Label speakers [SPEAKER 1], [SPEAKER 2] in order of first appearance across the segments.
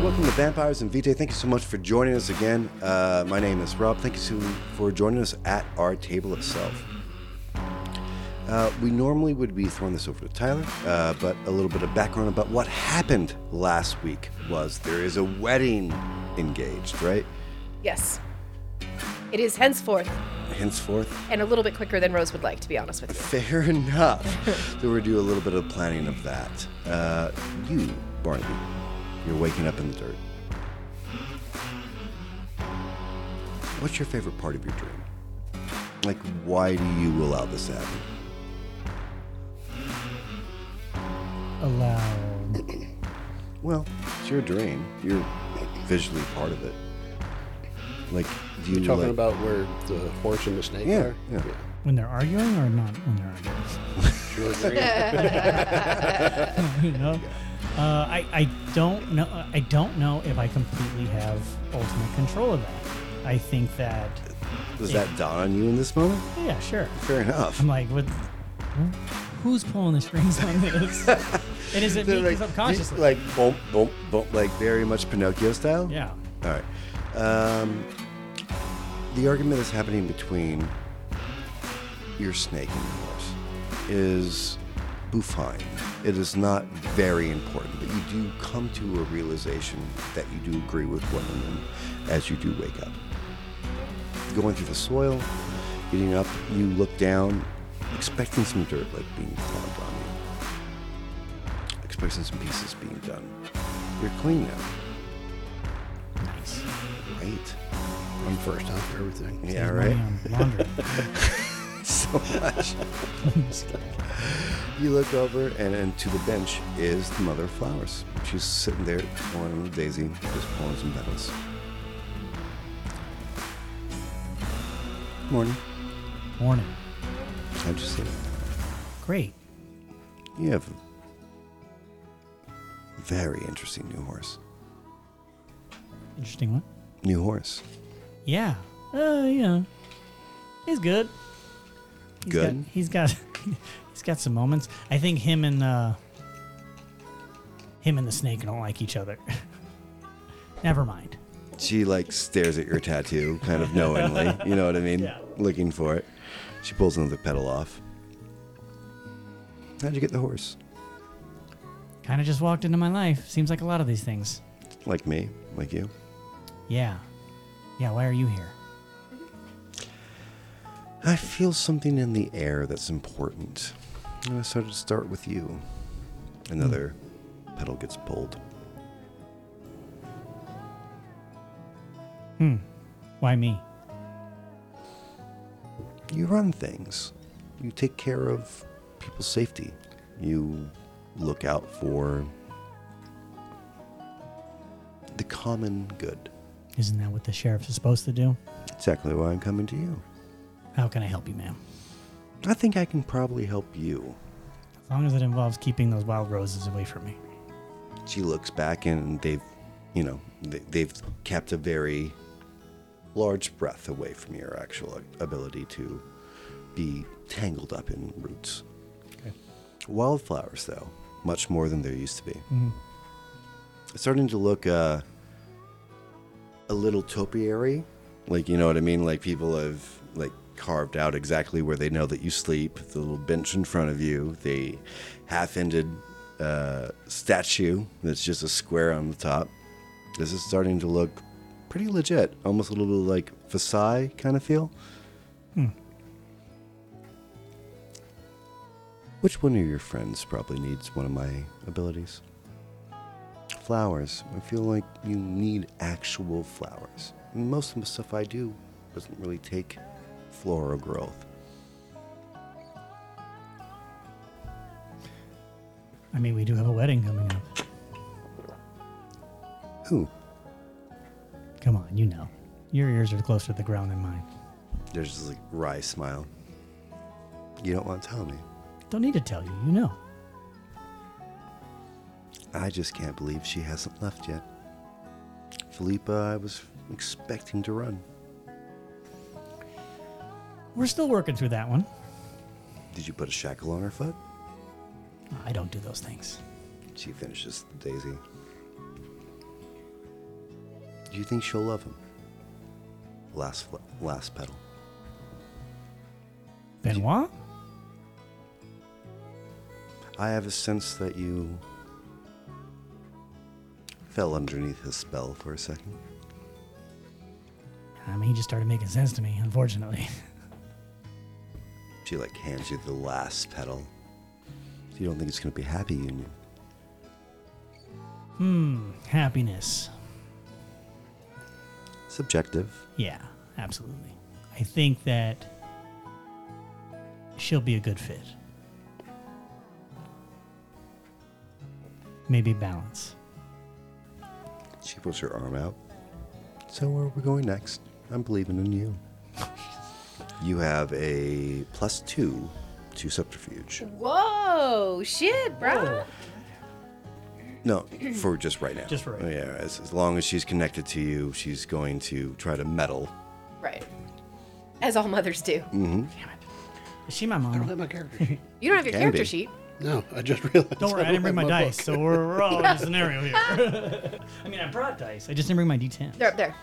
[SPEAKER 1] welcome to Vampires and Vitae. Thank you so much for joining us again. Uh, my name is Rob. Thank you so for joining us at our table itself. Uh, we normally would be throwing this over to Tyler, uh, but a little bit of background about what happened last week was there is a wedding engaged, right?
[SPEAKER 2] Yes. It is henceforth,
[SPEAKER 1] Henceforth,
[SPEAKER 2] and a little bit quicker than Rose would like, to be honest with you.
[SPEAKER 1] fair enough. so we're do a little bit of planning of that. Uh, you, Barnaby, you're waking up in the dirt. What's your favorite part of your dream? Like, why do you allow this to happen?
[SPEAKER 3] allow.
[SPEAKER 1] Well, it's your dream. You're visually part of it. Like, do you
[SPEAKER 4] You're talking
[SPEAKER 1] like-
[SPEAKER 4] about where the horse and the snake
[SPEAKER 1] Yeah,
[SPEAKER 4] are?
[SPEAKER 1] yeah.
[SPEAKER 3] When they're arguing or not when they're arguing?
[SPEAKER 4] Sure agree.
[SPEAKER 3] you know? Uh, I, I don't know I don't know if I completely have ultimate control of that. I think that
[SPEAKER 1] Does that dawn on you in this moment?
[SPEAKER 3] yeah, sure.
[SPEAKER 1] Fair enough.
[SPEAKER 3] I'm like, what who's pulling the strings on this? and is it me
[SPEAKER 1] like,
[SPEAKER 3] subconsciously?
[SPEAKER 1] like, bump, bump, bump, like very much Pinocchio style.
[SPEAKER 3] yeah.
[SPEAKER 1] All right. Um, the argument that's happening between your snake and your horse is bufine. It is not very important, but you do come to a realization that you do agree with one of them as you do wake up. Going through the soil, getting up, you look down, expecting some dirt like being clogged on you, expecting some pieces being done. You're clean now.
[SPEAKER 3] Nice.
[SPEAKER 1] Right.
[SPEAKER 4] I'm first time for everything.
[SPEAKER 1] Yeah,
[SPEAKER 3] Save
[SPEAKER 1] right.
[SPEAKER 3] money on laundry.
[SPEAKER 1] so much. you look over, and, and to the bench is the mother of flowers. She's sitting there pulling on the daisy, just pulling some petals. Morning.
[SPEAKER 3] Morning.
[SPEAKER 1] How'd you see that?
[SPEAKER 3] Great.
[SPEAKER 1] You have a very interesting new horse.
[SPEAKER 3] Interesting one.
[SPEAKER 1] New horse.
[SPEAKER 3] Yeah. Uh, you know, he's good. He's
[SPEAKER 1] Good.
[SPEAKER 3] Got, he's got he's got some moments. I think him and uh, him and the snake don't like each other. Never mind.
[SPEAKER 1] She like stares at your tattoo, kind of knowingly. You know what I mean?
[SPEAKER 3] Yeah.
[SPEAKER 1] Looking for it. She pulls another petal off. How'd you get the horse?
[SPEAKER 3] Kind of just walked into my life. Seems like a lot of these things.
[SPEAKER 1] Like me, like you.
[SPEAKER 3] Yeah. Yeah. Why are you here?
[SPEAKER 1] I feel something in the air that's important. And I started to start with you. Hmm. Another petal gets pulled.
[SPEAKER 3] Why me?
[SPEAKER 1] You run things. You take care of people's safety. You look out for the common good.
[SPEAKER 3] Isn't that what the sheriff is supposed to do?
[SPEAKER 1] Exactly why I'm coming to you.
[SPEAKER 3] How can I help you, ma'am?
[SPEAKER 1] I think I can probably help you.
[SPEAKER 3] As long as it involves keeping those wild roses away from me.
[SPEAKER 1] She looks back and they've, you know, they, they've kept a very large breath away from your actual ability to be tangled up in roots. Wildflowers, though, much more than there used to be. It's starting to look uh, a little topiary. Like, you know what I mean? Like, people have, like, carved out exactly where they know that you sleep, the little bench in front of you, the half ended uh, statue that's just a square on the top. This is starting to look pretty legit, almost a little bit like Versailles kind of feel. Which one of your friends probably needs one of my abilities? Flowers. I feel like you need actual flowers. And most of the stuff I do doesn't really take floral growth.
[SPEAKER 3] I mean, we do have a wedding coming up.
[SPEAKER 1] Ooh,
[SPEAKER 3] Come on, you know. Your ears are closer to the ground than mine.
[SPEAKER 1] there's this like wry smile. You don't want to tell me.
[SPEAKER 3] Don't need to tell you, you know.
[SPEAKER 1] I just can't believe she hasn't left yet. Philippa, I was expecting to run.
[SPEAKER 3] We're still working through that one.
[SPEAKER 1] Did you put a shackle on her foot?
[SPEAKER 3] I don't do those things.
[SPEAKER 1] She finishes the daisy. Do you think she'll love him? Last fl- last pedal.
[SPEAKER 3] Benoit?
[SPEAKER 1] I have a sense that you fell underneath his spell for a second.
[SPEAKER 3] I mean, he just started making sense to me, unfortunately.
[SPEAKER 1] She like hands you the last pedal. You don't think it's gonna be happy union?
[SPEAKER 3] Hmm, happiness.
[SPEAKER 1] Subjective.
[SPEAKER 3] Yeah, absolutely. I think that she'll be a good fit. Maybe balance.
[SPEAKER 1] She puts her arm out. So where are we going next? I'm believing in you. you have a plus two to subterfuge.
[SPEAKER 2] Whoa, shit, bro.
[SPEAKER 1] No, for just right now. Oh,
[SPEAKER 3] Just right.
[SPEAKER 1] Yeah, as, as long as she's connected to you, she's going to try to meddle.
[SPEAKER 2] Right. As all mothers do.
[SPEAKER 1] Mm,
[SPEAKER 3] Is she my
[SPEAKER 4] I don't
[SPEAKER 3] mom?
[SPEAKER 4] have my character sheet.
[SPEAKER 2] You don't have your
[SPEAKER 1] Can
[SPEAKER 2] character
[SPEAKER 1] be.
[SPEAKER 2] sheet.
[SPEAKER 4] No, I just realized.
[SPEAKER 3] Don't worry, I didn't bring my,
[SPEAKER 4] don't have
[SPEAKER 3] dice, so we're, we're all in a scenario here. I mean, I brought dice. I just didn't bring my D10.
[SPEAKER 2] They're up there.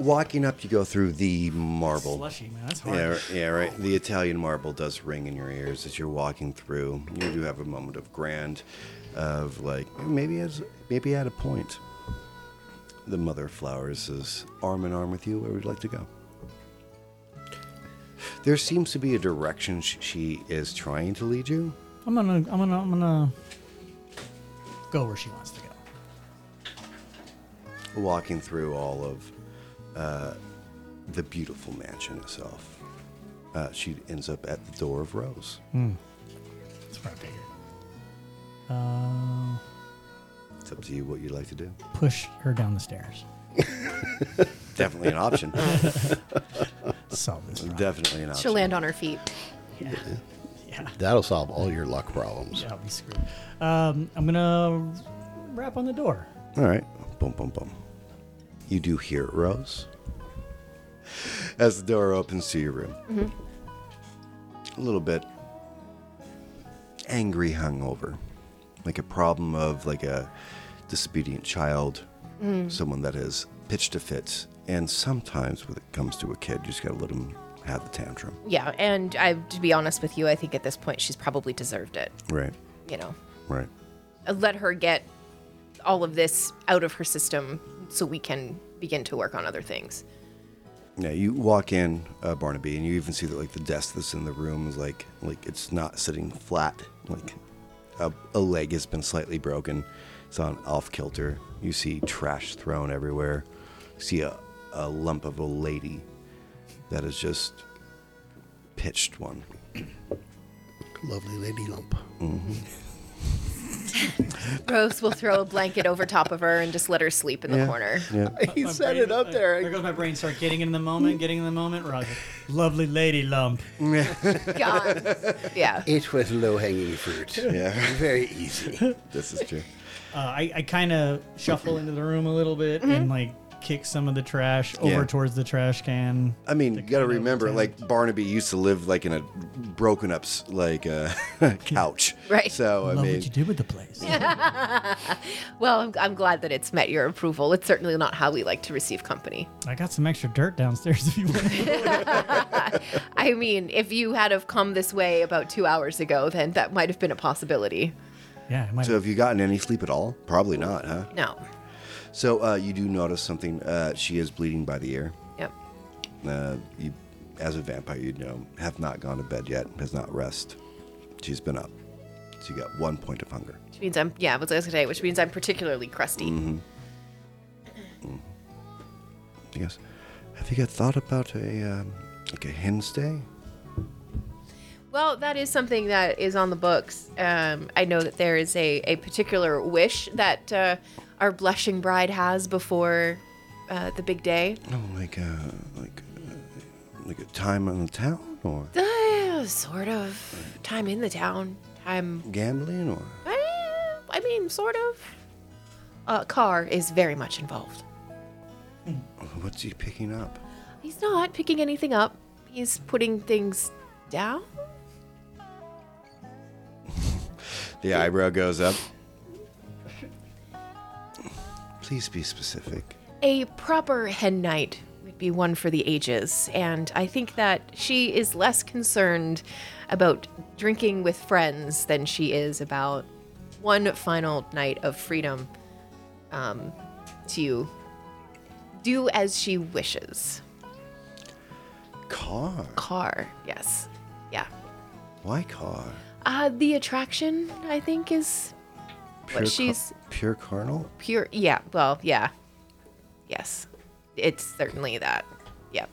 [SPEAKER 1] Walking up, you go through the marble.
[SPEAKER 3] Slushy, man. That's hard.
[SPEAKER 1] Yeah, r- yeah, right. The Italian marble does ring in your ears as you're walking through. You do have a moment of grand, of like maybe as maybe at a point. The mother of flowers is arm in arm with you. Where would you like to go? There seems to be a direction sh- she is trying to lead you.
[SPEAKER 3] I'm gonna, I'm gonna, I'm gonna go where she wants to go.
[SPEAKER 1] walking through all of uh, the beautiful mansion itself. Uh, she ends up at the door of Rose.
[SPEAKER 3] That's what I figured. Uh,
[SPEAKER 1] It's up to you what you'd like to do.
[SPEAKER 3] push her down the stairs.
[SPEAKER 1] Definitely an option.
[SPEAKER 3] Solve this. problem.
[SPEAKER 1] Definitely an option.
[SPEAKER 2] She'll land on her feet.
[SPEAKER 3] Yeah.
[SPEAKER 4] That'll solve all your luck problems.
[SPEAKER 3] Yeah, I'll be screwed. Um, I'm gonna rap on the door.
[SPEAKER 1] All right. Boom, boom, boom. You do hear it, Rose. As the door opens to your room. A little bit angry hungover. Like a problem of like a disobedient child, someone that has pitched a fit. And sometimes when it comes to a kid, you just gotta let them have the tantrum.
[SPEAKER 2] Yeah, and I, to be honest with you, I think at this point she's probably deserved it.
[SPEAKER 1] Right.
[SPEAKER 2] You know, Uh,
[SPEAKER 1] Right.
[SPEAKER 2] let her get all of this out of her system so we can begin to work on other things.
[SPEAKER 1] Yeah, you walk in uh, Barnaby, and you even see that like the desk that's in the room is like like it's not sitting flat. Like a, a leg has been slightly broken. It's on off kilter. You see trash thrown everywhere. You see a, a lump of a lady that is just pitched one.
[SPEAKER 4] Lovely lady lump.
[SPEAKER 2] Rose will throw a blanket over top of her and just let her sleep in the corner.
[SPEAKER 1] Yeah.
[SPEAKER 4] He set it up there.
[SPEAKER 3] There goes my brain. Start getting in the moment. Getting in the moment. Roger. Lovely lady lump.
[SPEAKER 2] Gone. Yeah.
[SPEAKER 4] It was low hanging fruit.
[SPEAKER 1] Yeah.
[SPEAKER 4] Very easy.
[SPEAKER 1] This is true.
[SPEAKER 3] Uh, I, I kind of shuffle into the room a little bit
[SPEAKER 4] Mm-hmm.
[SPEAKER 3] and like kick some of the trash
[SPEAKER 1] Yeah.
[SPEAKER 3] over towards the trash can.
[SPEAKER 1] I mean, you gotta remember,
[SPEAKER 3] town.
[SPEAKER 1] like Barnaby used to live like in a broken up s- like uh, couch.
[SPEAKER 2] Right.
[SPEAKER 1] So I
[SPEAKER 3] Love
[SPEAKER 1] mean,
[SPEAKER 3] what you did with the place.
[SPEAKER 2] Well, I'm, I'm glad that it's met your approval. It's certainly not how we like to receive company.
[SPEAKER 3] I got some extra dirt downstairs if you want.
[SPEAKER 2] I mean, if you had have come this way about two hours ago, then that might have been a possibility.
[SPEAKER 3] yeah, I might.
[SPEAKER 1] so have you gotten any sleep at all? Probably not, huh?
[SPEAKER 2] No.
[SPEAKER 1] So uh, you do notice something. Uh, she is bleeding by the ear.
[SPEAKER 2] Yep.
[SPEAKER 1] Uh, you, as a vampire, you know, have not gone to bed yet, has not rest. She's been up. So you got one point of hunger.
[SPEAKER 2] Which means I'm yeah, what's I was gonna say, which means I'm particularly crusty.
[SPEAKER 1] She goes, have you got thought about a um, like a hen's day?
[SPEAKER 2] Well, that is something that is on the books. Um, I know that there is a, a particular wish that uh, our blushing bride has before uh, the big day.
[SPEAKER 1] No, like a like uh, like a time on the town or
[SPEAKER 2] Uh, sort of time in the town, time
[SPEAKER 1] gambling or
[SPEAKER 2] Uh, I mean, sort of. Uh, Carr is very much involved.
[SPEAKER 1] what's he picking up?
[SPEAKER 2] He's not picking anything up. He's putting things down.
[SPEAKER 1] The eyebrow goes up. Please be specific.
[SPEAKER 2] A proper hen knight would be one for the ages, and I think that she is less concerned about drinking with friends than she is about one final night of freedom um, to do as she wishes.
[SPEAKER 1] Car.
[SPEAKER 2] Car, yes. Yeah.
[SPEAKER 1] Why car?
[SPEAKER 2] Uh, the attraction, I think, is
[SPEAKER 1] Pure car-
[SPEAKER 2] she's-
[SPEAKER 1] pure carnal.
[SPEAKER 2] pure. Yeah, well, yeah. Yes. It's certainly that. Yep.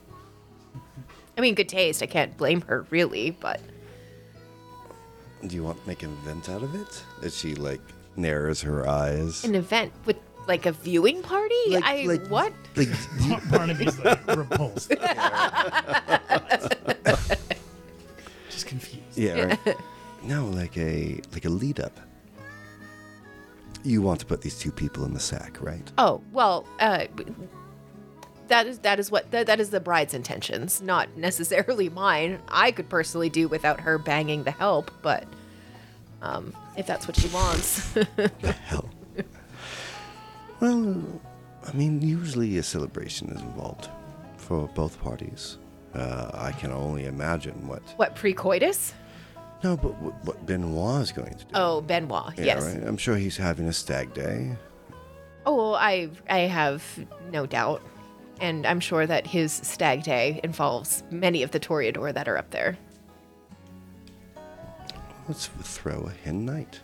[SPEAKER 2] I mean, good taste. I can't blame her, really, but.
[SPEAKER 1] Do you want to make an event out of it? That she like narrows her eyes.
[SPEAKER 2] an event with like a viewing party
[SPEAKER 1] Like-
[SPEAKER 2] i
[SPEAKER 1] like-
[SPEAKER 2] what
[SPEAKER 1] Like, do you-
[SPEAKER 3] Barnaby's like repulsed. Just confused.
[SPEAKER 1] yeah. Right. No, like a like a lead up. You want to put these two people in the sack, right?
[SPEAKER 2] oh well uh b- that is that is what that, that is the bride's intentions not necessarily mine i could personally do without her banging the help but um if that's what she wants
[SPEAKER 1] Hell. well, I mean, usually a celebration is involved for both parties. Uh, I can only imagine what.
[SPEAKER 2] what pre-coitus
[SPEAKER 1] No, but what, what Benoit is going to do.
[SPEAKER 2] oh benoit
[SPEAKER 1] Yeah,
[SPEAKER 2] yes
[SPEAKER 1] right? I'm sure he's having a stag day.
[SPEAKER 2] oh well, i i have no doubt and i'm sure that his stag day involves many of the toreador that are up there
[SPEAKER 1] Let's throw a hen night.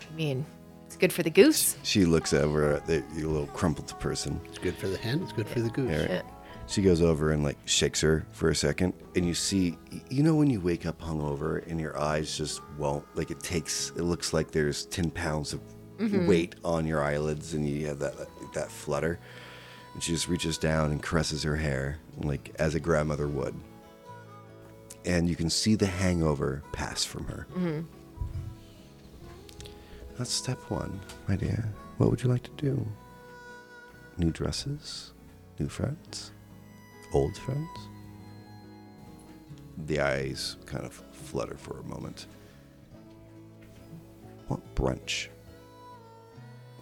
[SPEAKER 2] i mean it's good for the goose
[SPEAKER 1] She looks over at the, the little crumpled person.
[SPEAKER 4] It's good for the hen. It's good for the goose.
[SPEAKER 1] Eric. She goes over and like shakes her for a second, and you see, you know, when you wake up hungover and your eyes just won't like it takes. It looks like there's ten pounds of weight on your eyelids, and you have that that flutter. And she just reaches down and caresses her hair, like as a grandmother would. And you can see the hangover pass from her. That's step one, my dear. What would you like to do? New dresses? New friends? Old friends? The eyes kind of flutter for a moment. What brunch?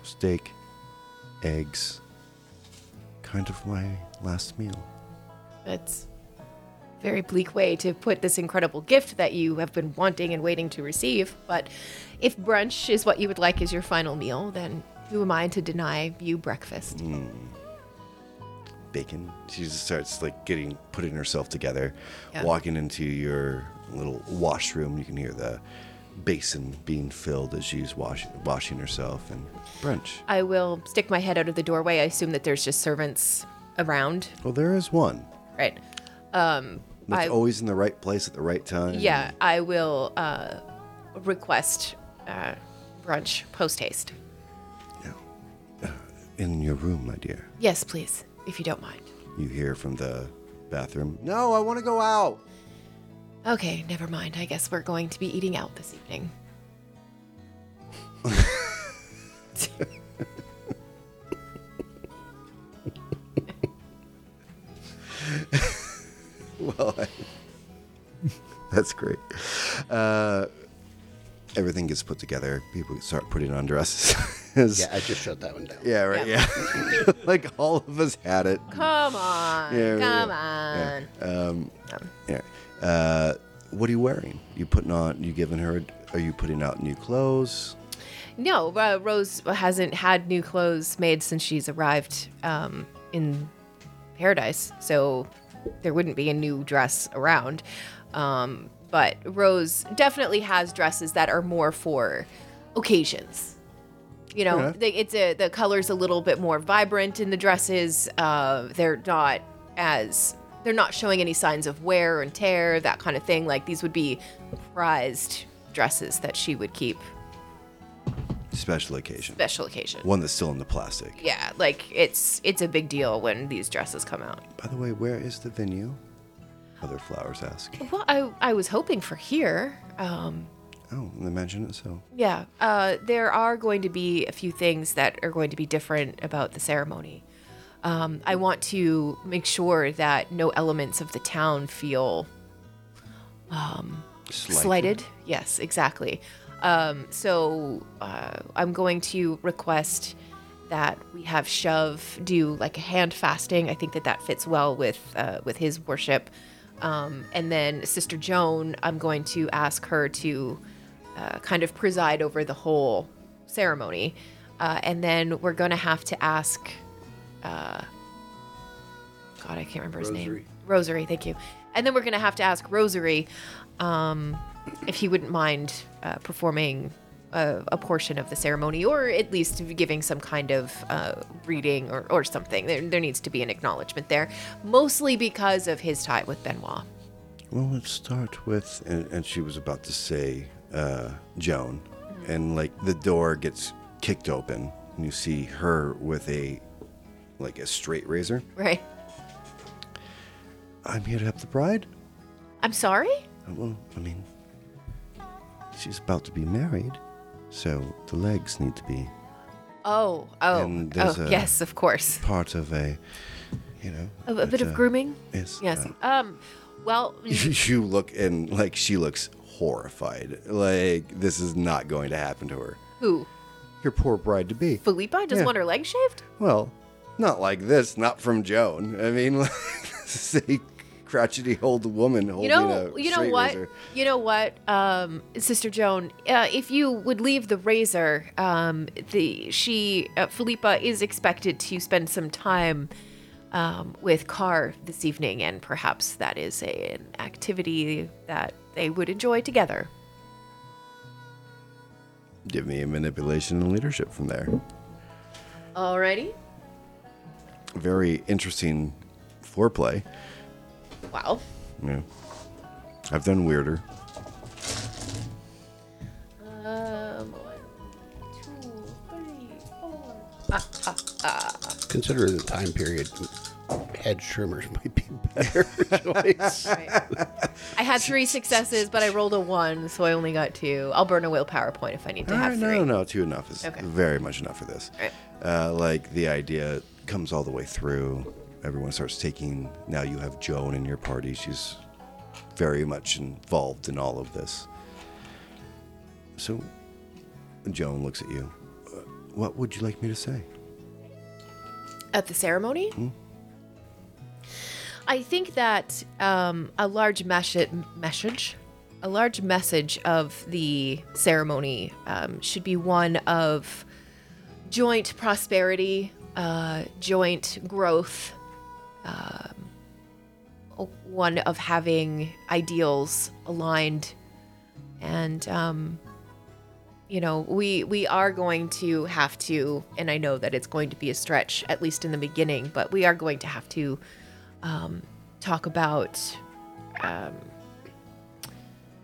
[SPEAKER 1] Steak, eggs. Kind of my last meal.
[SPEAKER 2] That's a very bleak way to put this incredible gift that you have been wanting and waiting to receive. But if brunch is what you would like as your final meal, then who am I to deny you breakfast?
[SPEAKER 1] Mm. Bacon. She just starts like getting putting herself together,
[SPEAKER 2] Yeah.
[SPEAKER 1] walking into your little washroom. You can hear the basin being filled as she's wash, washing herself and brunch.
[SPEAKER 2] I will stick my head out of the doorway. I assume that there's just servants around,
[SPEAKER 1] Well, there is one.
[SPEAKER 2] right? Um,
[SPEAKER 1] That's
[SPEAKER 2] I-
[SPEAKER 1] always in the right place at the right time.
[SPEAKER 2] yeah, I will uh, request uh, brunch post haste.
[SPEAKER 1] Now, uh, in your room, my dear,
[SPEAKER 2] Yes, please, if you don't mind.
[SPEAKER 1] you hear from the bathroom. No, I want to go out.
[SPEAKER 2] Okay, never mind. I guess we're going to be eating out this evening.
[SPEAKER 1] Well, I, that's great. Uh, everything gets put together. People start putting on dresses.
[SPEAKER 4] Yeah, I just shut that one down.
[SPEAKER 1] Yeah, right. Yeah. like all of us had it.
[SPEAKER 2] Come on.
[SPEAKER 1] Yeah, yeah,
[SPEAKER 2] come
[SPEAKER 1] yeah.
[SPEAKER 2] on.
[SPEAKER 1] Yeah. Uh, what are you wearing? You putting on? You giving her? Are you putting out new clothes?
[SPEAKER 2] No, uh, Rose hasn't had new clothes made since she's arrived um, in paradise, so there wouldn't be a new dress around. Um, but Rose definitely has dresses that are more for occasions. You know,
[SPEAKER 1] enough.
[SPEAKER 2] they, it's a, the color's a little bit more vibrant in the dresses. Uh, they're not as they're not showing any signs of wear and tear, that kind of thing. Like these would be prized dresses that she would keep
[SPEAKER 1] Special occasion.
[SPEAKER 2] special occasion.
[SPEAKER 1] One that's still in the plastic.
[SPEAKER 2] Yeah, like it's it's a big deal when these dresses come out.
[SPEAKER 1] By the way, where is the venue? Other flowers ask.
[SPEAKER 2] Well, I I was hoping for here. Um,
[SPEAKER 1] Oh, imagine it so.
[SPEAKER 2] yeah, uh, there are going to be a few things that are going to be different about the ceremony. Um, I want to make sure that no elements of the town feel slighted. Yes, exactly. Um, so uh, I'm going to request that we have Shove do like a hand fasting. I think that that fits well with uh, with his worship. Um, and then Sister Joan, I'm going to ask her to uh, kind of preside over the whole ceremony. Uh, and then we're going to have to ask God, I can't remember his name.
[SPEAKER 4] Rosary.
[SPEAKER 2] Rosary, thank you. And then we're going to have to ask Rosary um, if he wouldn't mind uh, performing uh, a, a portion of the ceremony or at least giving some kind of uh, reading or, or something. There, there needs to be an acknowledgement there, mostly because of his tie with Benoit.
[SPEAKER 1] Well, let's start with, and, and she was about to say uh, Joan, and like the door gets kicked open, and you see her with a like a straight razor.
[SPEAKER 2] Right?
[SPEAKER 1] I'm here to help the bride.
[SPEAKER 2] I'm sorry?
[SPEAKER 1] Uh, Well, I mean, she's about to be married, so the legs need to be
[SPEAKER 2] Oh, oh,
[SPEAKER 1] And
[SPEAKER 2] oh
[SPEAKER 1] there's a-
[SPEAKER 2] yes, of course.
[SPEAKER 1] part of a, you know,
[SPEAKER 2] A, a
[SPEAKER 1] but,
[SPEAKER 2] bit
[SPEAKER 1] uh,
[SPEAKER 2] of grooming?
[SPEAKER 1] Yes.
[SPEAKER 2] Yes.
[SPEAKER 1] uh,
[SPEAKER 2] Um, well,
[SPEAKER 1] you look and like she looks horrified. Like this is not going to happen to her.
[SPEAKER 2] who?
[SPEAKER 1] Your poor bride to be.
[SPEAKER 2] Philippa doesn't
[SPEAKER 1] Yeah.
[SPEAKER 2] want her leg shaved?
[SPEAKER 1] Well, not like this, not from Joan. I mean, like, this is a crotchety old woman holding
[SPEAKER 2] you know
[SPEAKER 1] a
[SPEAKER 2] you know
[SPEAKER 1] straight
[SPEAKER 2] what
[SPEAKER 1] razor.
[SPEAKER 2] you know what um, sister joan uh, if you would leave the razor um, the she uh, philippa is expected to spend some time um, with carr this evening and perhaps that is a, an activity that they would enjoy together
[SPEAKER 1] Give me a manipulation and leadership from there.
[SPEAKER 2] alrighty
[SPEAKER 1] Very interesting foreplay.
[SPEAKER 2] wow
[SPEAKER 1] Yeah. I've done weirder.
[SPEAKER 2] um, one, two, three, four.
[SPEAKER 4] Considering the time period, head trimmers might be a better choice.
[SPEAKER 2] I had three successes, but I rolled a one, so I only got two. I'll burn a willpower point if I need to have
[SPEAKER 1] Alright,
[SPEAKER 2] three.
[SPEAKER 1] Uh, no, no, two enough is
[SPEAKER 2] Okay.
[SPEAKER 1] very much enough for this.
[SPEAKER 2] Alright.
[SPEAKER 1] Uh, like the idea comes all the way through. Everyone starts taking. Now you have Joan in your party. She's very much involved in all of this. So, Joan looks at you. "Uh, What would you like me to say?
[SPEAKER 2] At the ceremony? I think that um, a large mesh- message, a large message of the ceremony um, should be one of joint prosperity, uh, joint growth, um, one of having ideals aligned, and um, you know we we are going to have to and i know that it's going to be a stretch at least in the beginning but we are going to have to um, talk about um,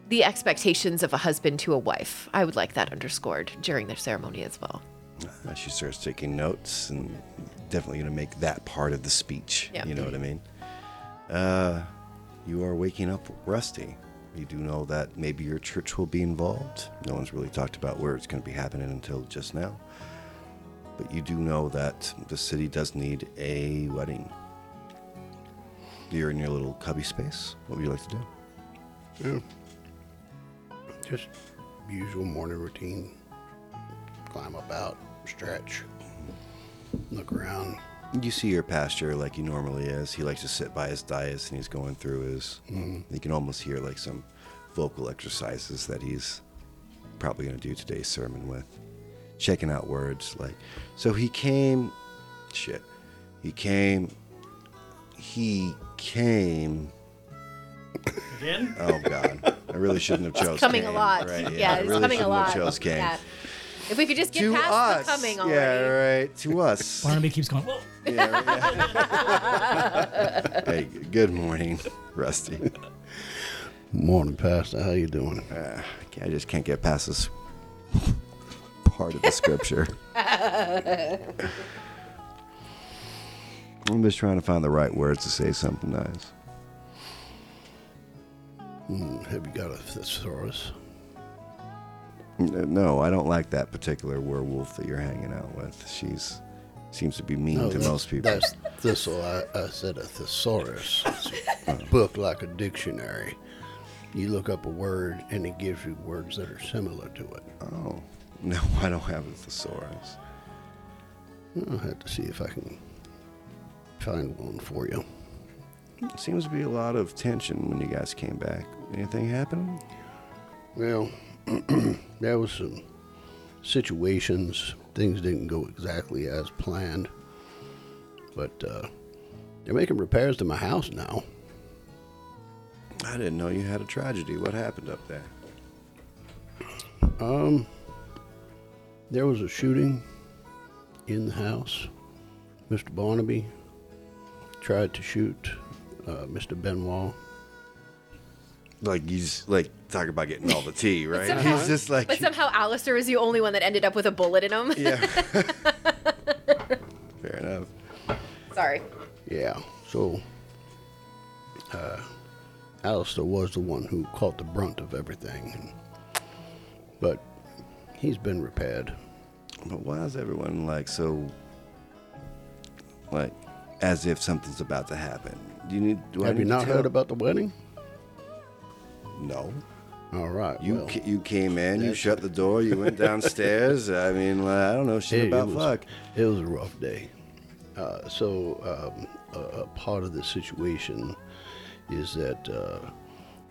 [SPEAKER 2] the expectations of a husband to a wife i would like that underscored during the ceremony as well
[SPEAKER 1] Uh, she starts taking notes and definitely going to make that part of the speech.
[SPEAKER 2] Yeah.
[SPEAKER 1] You know what I mean? Uh, you are waking up rusty. You do know that maybe your church will be involved. No one's really talked about where it's going to be happening until just now. But you do know that the city does need a wedding. You're in your little cubby space. What would you like to do?
[SPEAKER 4] Just usual morning routine. Climb up out, stretch, look around.
[SPEAKER 1] You see your pastor like he normally is. He likes to sit by his dais and he's going through his. You can almost hear like some vocal exercises that he's probably going to do today's sermon with. Checking out words like. So he came. Shit. He came. He came.
[SPEAKER 3] Again?
[SPEAKER 1] Oh, God. I really shouldn't have chose.
[SPEAKER 2] coming
[SPEAKER 1] came,
[SPEAKER 2] a lot
[SPEAKER 1] Right?
[SPEAKER 2] yeah,
[SPEAKER 1] I
[SPEAKER 2] it's
[SPEAKER 1] really
[SPEAKER 2] coming a
[SPEAKER 1] shouldn't have
[SPEAKER 2] lot
[SPEAKER 1] chose came.
[SPEAKER 2] yeah. if we could just get
[SPEAKER 1] To
[SPEAKER 2] past
[SPEAKER 1] us.
[SPEAKER 2] the coming already
[SPEAKER 1] yeah, right. To us.
[SPEAKER 3] Barnaby keeps going, whoa.
[SPEAKER 1] hey, good morning, Rusty.
[SPEAKER 4] Morning, Pastor. How you doing?
[SPEAKER 1] Uh, I just can't get past this part of the scripture. I'm just trying to find the right words to say something nice.
[SPEAKER 4] Mm, have you got a thesaurus?
[SPEAKER 1] N- No, I don't like that particular werewolf that you're hanging out with. She's seems to be mean to
[SPEAKER 4] Oh, that's-
[SPEAKER 1] most people.
[SPEAKER 4] That's thistle. I, I said a thesaurus. It's a
[SPEAKER 1] Uh-huh.
[SPEAKER 4] book like a dictionary. You look up a word and it gives you words that are similar to it.
[SPEAKER 1] Oh, no, I don't have a thesaurus.
[SPEAKER 4] I'll have to see if I can find one for you.
[SPEAKER 1] Seems to be a lot of tension when you guys came back. Anything happen?
[SPEAKER 4] Well, there was some situations. Things didn't go exactly as planned, but uh, they're making repairs to my house now.
[SPEAKER 1] I didn't know you had a tragedy. What happened up there?
[SPEAKER 4] Um, there was a shooting in the house. Mr. Barnaby tried to shoot uh, Mr. Benoit.
[SPEAKER 1] Like he's like talking about getting all the tea, right?
[SPEAKER 2] somehow-
[SPEAKER 1] he's just like
[SPEAKER 2] But somehow Alistair was the only one that ended up with a bullet in him.
[SPEAKER 1] yeah. Fair enough.
[SPEAKER 2] Sorry.
[SPEAKER 4] Yeah, so uh, Alistair was the one who caught the brunt of everything, and, but he's been repaired.
[SPEAKER 1] But why is everyone like so like as if something's about to happen? Do you need do I
[SPEAKER 4] Have you
[SPEAKER 1] need to
[SPEAKER 4] not
[SPEAKER 1] tell-
[SPEAKER 4] heard about the wedding?
[SPEAKER 1] No.
[SPEAKER 4] All right,
[SPEAKER 1] You
[SPEAKER 4] well,
[SPEAKER 1] ca- you came in, you
[SPEAKER 4] that's-
[SPEAKER 1] shut the door, you went downstairs. I mean, like, I don't know shit
[SPEAKER 4] it, it
[SPEAKER 1] about
[SPEAKER 4] was,
[SPEAKER 1] fuck.
[SPEAKER 4] It was a rough day. Uh, so um, a, a part of the situation is that uh,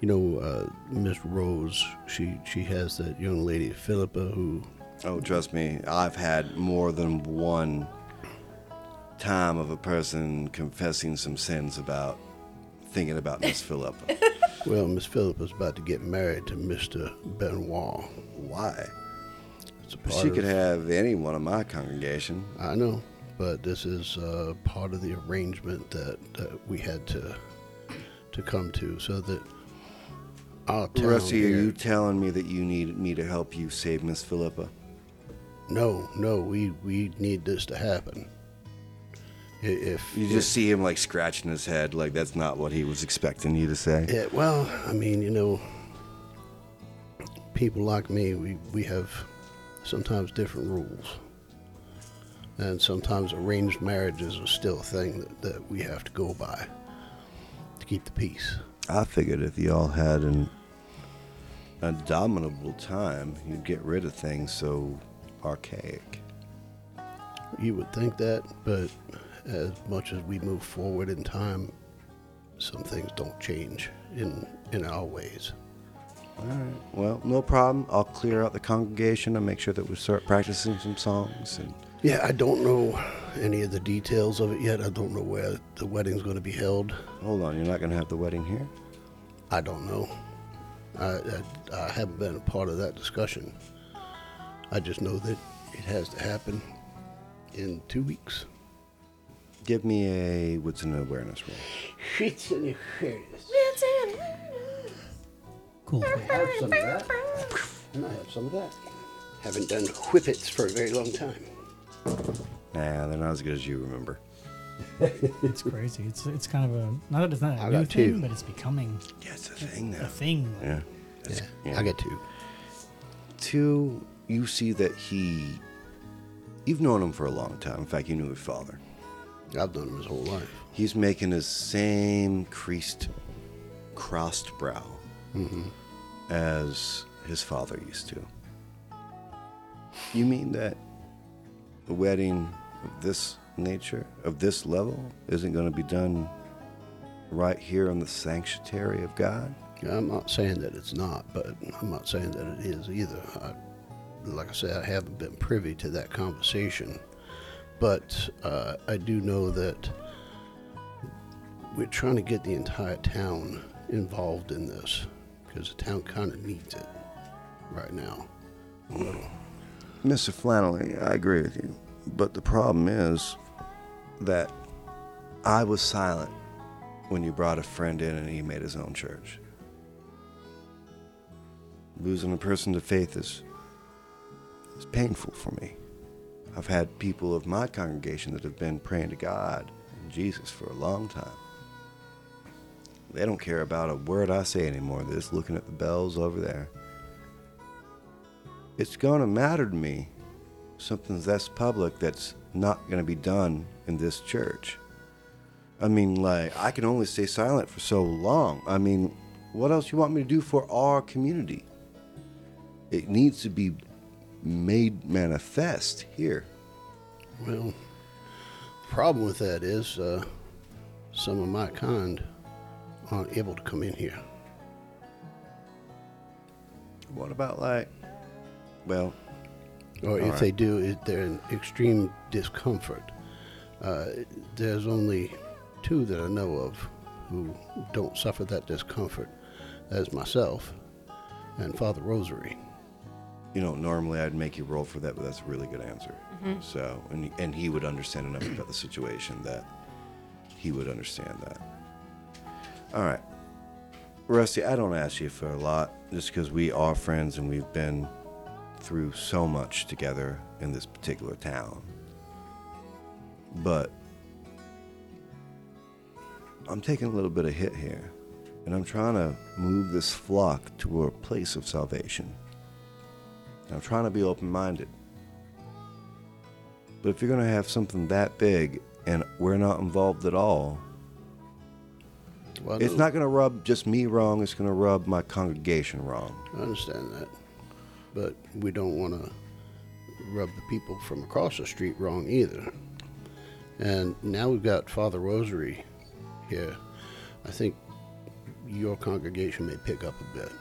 [SPEAKER 4] you know uh, Miss Rose, she she has that young lady Philippa who
[SPEAKER 1] Oh, trust me, I've had more than one time of a person confessing some sins about thinking about Miss Philippa.
[SPEAKER 4] Well, Miss Phillips is about to get married to Mr. Benoit.
[SPEAKER 1] Why?
[SPEAKER 4] It's a part
[SPEAKER 1] She
[SPEAKER 4] of-
[SPEAKER 1] could have any one of my congregation.
[SPEAKER 4] I know, but this is uh, part of the arrangement that, that we had to to come to, so that our town
[SPEAKER 1] Rusty, are
[SPEAKER 4] here-
[SPEAKER 1] you Oh, telling me that you need me to help you save Miss Philippa?
[SPEAKER 4] No, no, we we need this to happen. I- If
[SPEAKER 1] You just see him like scratching his head, like that's not what he was expecting you to say.
[SPEAKER 4] Yeah, well, I mean, you know, people like me, we, we have sometimes different rules. And sometimes arranged marriages are still a thing that, that we have to go by to keep the peace.
[SPEAKER 1] I figured if y'all had an indomitable time, you'd get rid of things so archaic.
[SPEAKER 4] You would think that, but as much as we move forward in time, some things don't change in, in our ways.
[SPEAKER 1] Well, no problem. I'll clear out the congregation and make sure that we start practicing some songs. And
[SPEAKER 4] Yeah, I don't know any of the details of it yet. I don't know where the wedding's going to be held.
[SPEAKER 1] hold on, you're not gonna have the wedding here.
[SPEAKER 4] I don't know. I, I, I haven't been a part of that discussion. I just know that it has to happen in two weeks.
[SPEAKER 1] Give me a what's an awareness roll.
[SPEAKER 4] Shit's in your face.
[SPEAKER 3] Cool.
[SPEAKER 4] Have some of that. And I have some of that. Haven't done whippets for a very long time.
[SPEAKER 1] Nah, they're not as good as you remember.
[SPEAKER 3] It's crazy. It's it's kind of a not that it's not
[SPEAKER 4] I
[SPEAKER 3] a new
[SPEAKER 4] got
[SPEAKER 3] thing,
[SPEAKER 4] two.
[SPEAKER 3] but it's becoming
[SPEAKER 1] Yeah, it's a thing
[SPEAKER 3] a
[SPEAKER 1] now.
[SPEAKER 3] thing.
[SPEAKER 1] Yeah.
[SPEAKER 4] Yeah,
[SPEAKER 1] yeah.
[SPEAKER 4] I got two.
[SPEAKER 1] Two, you see that he. You've known him for a long time. In fact, you knew his father.
[SPEAKER 4] I've done them his whole life.
[SPEAKER 1] He's making his same creased, crossed brow as his father used to. You mean that a wedding of this nature, of this level, isn't going to be done right here in the sanctuary of God?
[SPEAKER 4] I'm not saying that it's not, but I'm not saying that it is either. I, like I said, I haven't been privy to that conversation, but uh, I do know that we're trying to get the entire town involved in this because the town kind of needs it right now.
[SPEAKER 1] Mr. Flannelly, I agree with you. But the problem is that I was silent when you brought a friend in and he made his own church. Losing a person to faith is, is painful for me. I've had people of my congregation that have been praying to God and Jesus for a long time. They don't care about a word I say anymore. They're just looking at the bells over there it's going to matter to me something that's public that's not going to be done in this church. I mean, like, I can only stay silent for so long. I mean, what else you want me to do for our community? It needs to be made manifest here.
[SPEAKER 4] Well, problem with that is uh, some of my kind aren't able to come in here.
[SPEAKER 1] What about like, well,
[SPEAKER 4] or if
[SPEAKER 1] Alright.
[SPEAKER 4] they do, it, they're in extreme discomfort. Uh, there's only two that I know of who don't suffer that discomfort. That's myself and Father Rosary.
[SPEAKER 1] you know, normally I'd make you roll for that, but that's a really good answer. So, and and he would understand enough about the situation that he would understand that. All right, Rusty, I don't ask you for a lot just because we are friends and we've been through so much together in this particular town. But I'm taking a little bit of hit here, and I'm trying to move this flock to a place of salvation. And I'm trying to be open minded. But if you're going to have something that big and we're not involved at all,
[SPEAKER 4] Well, I
[SPEAKER 1] it's
[SPEAKER 4] know-
[SPEAKER 1] not going to rub just me wrong, it's going to rub my congregation wrong.
[SPEAKER 4] I understand that, but we don't want to rub the people from across the street wrong either. And now we've got Father Rosary here. I think your congregation may pick up a bit.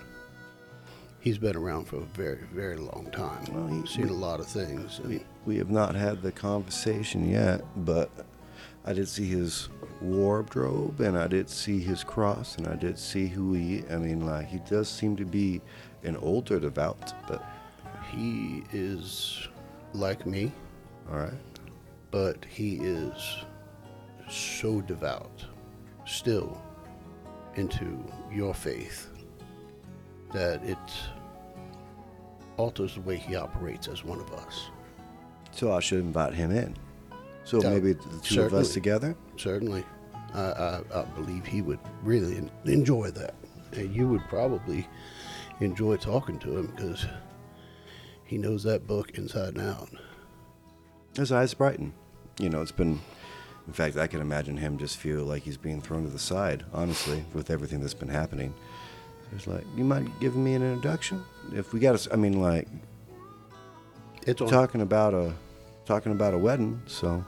[SPEAKER 4] He's been around for a very, very long time.
[SPEAKER 1] Well, he-
[SPEAKER 4] seen a lot of things. And
[SPEAKER 1] We have not had the conversation yet, but I did see his wardrobe and I did see his cross and I did see who he I mean like he does seem to be an older devout, but
[SPEAKER 4] he is like me,
[SPEAKER 1] all right.
[SPEAKER 4] but he is so devout still into your faith that it alters the way he operates as one of us.
[SPEAKER 1] So I should invite him in. So
[SPEAKER 4] Yeah,
[SPEAKER 1] maybe the two of
[SPEAKER 4] certainly.
[SPEAKER 1] us together?
[SPEAKER 4] Certainly, I, I, I believe he would really en- enjoy that. And you would probably enjoy talking to him because he knows that book inside and out.
[SPEAKER 1] His eyes brighten. You know, it's been. In fact, I can imagine him just feel like he's being thrown to the side, honestly, with everything that's been happening. It's like, you mind giving me an introduction? If we got to, I mean, like,
[SPEAKER 4] It's on
[SPEAKER 1] talking about a, talking about a wedding, so.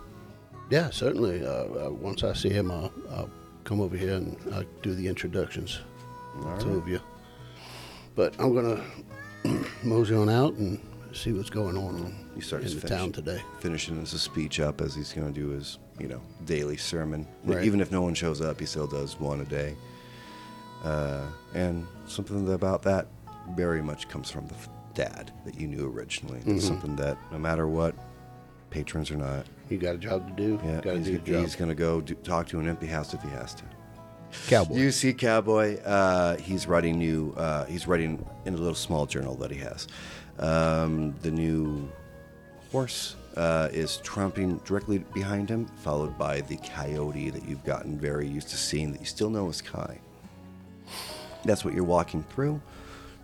[SPEAKER 4] Yeah, certainly. Uh, uh, once I see him, I'll, I'll come over here and I'll do the introductions, to the two of you. But I'm gonna mosey on out and see what's going on
[SPEAKER 1] He starts
[SPEAKER 4] in the
[SPEAKER 1] finishing,
[SPEAKER 4] town today.
[SPEAKER 1] finishing his speech up as he's going to do his, you know, daily sermon.
[SPEAKER 4] Right.
[SPEAKER 1] Even if no one shows up, he still does one a day. Uh, and something about that very much comes from the f- dad that you knew originally. That's something that, no matter what, patrons or not,
[SPEAKER 4] You got a job to do.
[SPEAKER 1] yeah,
[SPEAKER 4] got to
[SPEAKER 1] he's,
[SPEAKER 4] do your job.
[SPEAKER 1] going to go do, talk to an empty house if he has to.
[SPEAKER 4] Cowboy.
[SPEAKER 1] You see, Cowboy, uh, he's writing new. Uh, he's writing in a little small journal that he has. Um, the new horse uh, is tromping directly behind him, followed by the coyote that you've gotten very used to seeing that you still know is Kai. That's what you're walking through.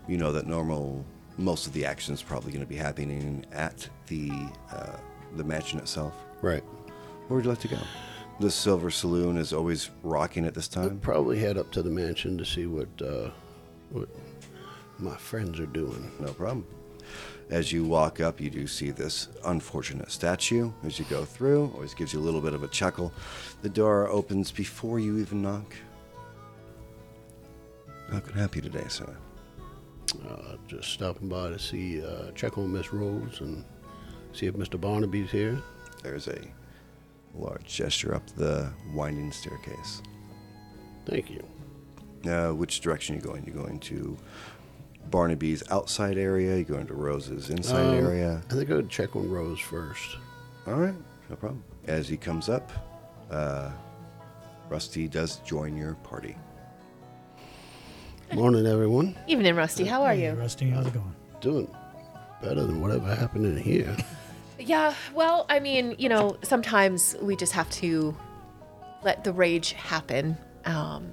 [SPEAKER 1] You know that normal. Most of the action is probably going to be happening at the uh, the mansion itself.
[SPEAKER 4] right.
[SPEAKER 1] Where would you like to go? The Silver Saloon is always rocking at this time.
[SPEAKER 4] Probably head up to the mansion to see what uh, what my friends are doing.
[SPEAKER 1] No problem. As you walk up, you do see this unfortunate statue as you go through. Always gives you a little bit of a chuckle. The door opens before you even knock. How can I help you today, sir?
[SPEAKER 4] Uh, just stopping by to see uh, check on Miss Rose and see if Mr. Barnaby's here.
[SPEAKER 1] There's a large gesture up the winding staircase.
[SPEAKER 4] Thank you.
[SPEAKER 1] Uh, which direction are you going? You're going to Barnaby's outside area, you're going to Rose's inside
[SPEAKER 4] Um,
[SPEAKER 1] area.
[SPEAKER 4] I think I would check on Rose first.
[SPEAKER 1] All right, no problem. As he comes up, uh, Rusty does join your party.
[SPEAKER 4] Morning, everyone.
[SPEAKER 2] Evening, Rusty. How are
[SPEAKER 3] Hey,
[SPEAKER 2] you?
[SPEAKER 3] Rusty, how's it going?
[SPEAKER 4] Doing better than whatever happened in here.
[SPEAKER 2] Yeah, well, I mean, you know, sometimes we just have to let the rage happen. Um,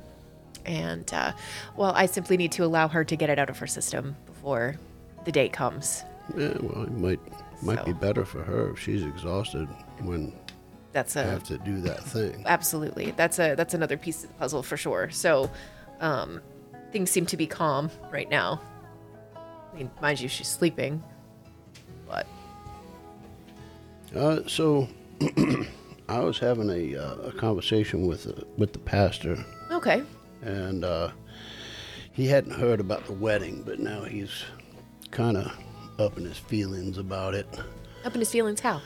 [SPEAKER 2] and, uh, well, I simply need to allow her to get it out of her system before the day comes.
[SPEAKER 4] Yeah, well, it might might be
[SPEAKER 2] So.
[SPEAKER 4] better for her if she's exhausted when
[SPEAKER 2] That's
[SPEAKER 4] I
[SPEAKER 2] a
[SPEAKER 4] have to do that thing.
[SPEAKER 2] absolutely that's a that's another piece of the puzzle for sure so um things seem to be calm right now i mean mind you she's sleeping but
[SPEAKER 4] Uh, so, I was having a, uh, a conversation with uh, with the pastor,
[SPEAKER 2] Okay.
[SPEAKER 4] and uh, he hadn't heard about the wedding, but now he's kind of up in his feelings about it.
[SPEAKER 2] Up in his feelings, how?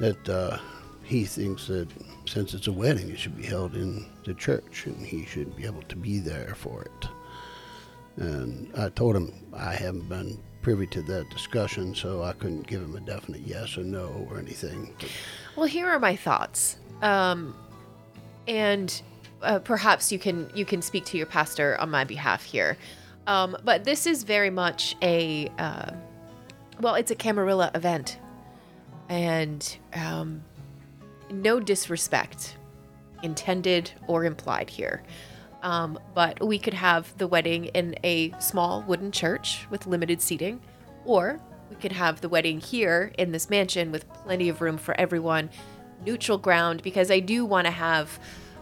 [SPEAKER 4] That uh, he thinks that since it's a wedding, it should be held in the church, and he should be able to be there for it. And I told him I haven't been privy to that discussion, so I couldn't give him a definite yes or no or anything.
[SPEAKER 2] Well, here are my thoughts, um, and uh, perhaps you can you can speak to your pastor on my behalf here. Um, but this is very much a uh, well, it's a Camarilla event, and um, no disrespect intended or implied here. Um, but we could have the wedding in a small wooden church with limited seating, or we could have the wedding here in this mansion with plenty of room for everyone, neutral ground, because I do want to have.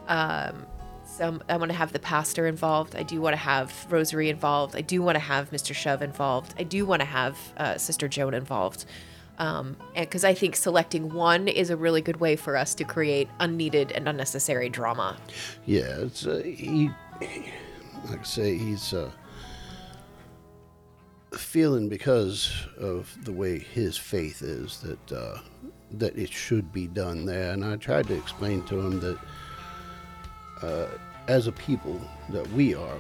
[SPEAKER 2] Um, some, I want to have the pastor involved. I do want to have Rosary involved. I do want to have Mr. Shove involved. I do want to have uh, Sister Joan involved. Um, because I think selecting one is a really good way for us to create unneeded and unnecessary drama.
[SPEAKER 4] Yeah, it's uh, he. Like I say, he's uh, feeling because of the way his faith is that uh, that it should be done there. And I tried to explain to him that uh, as a people that we are,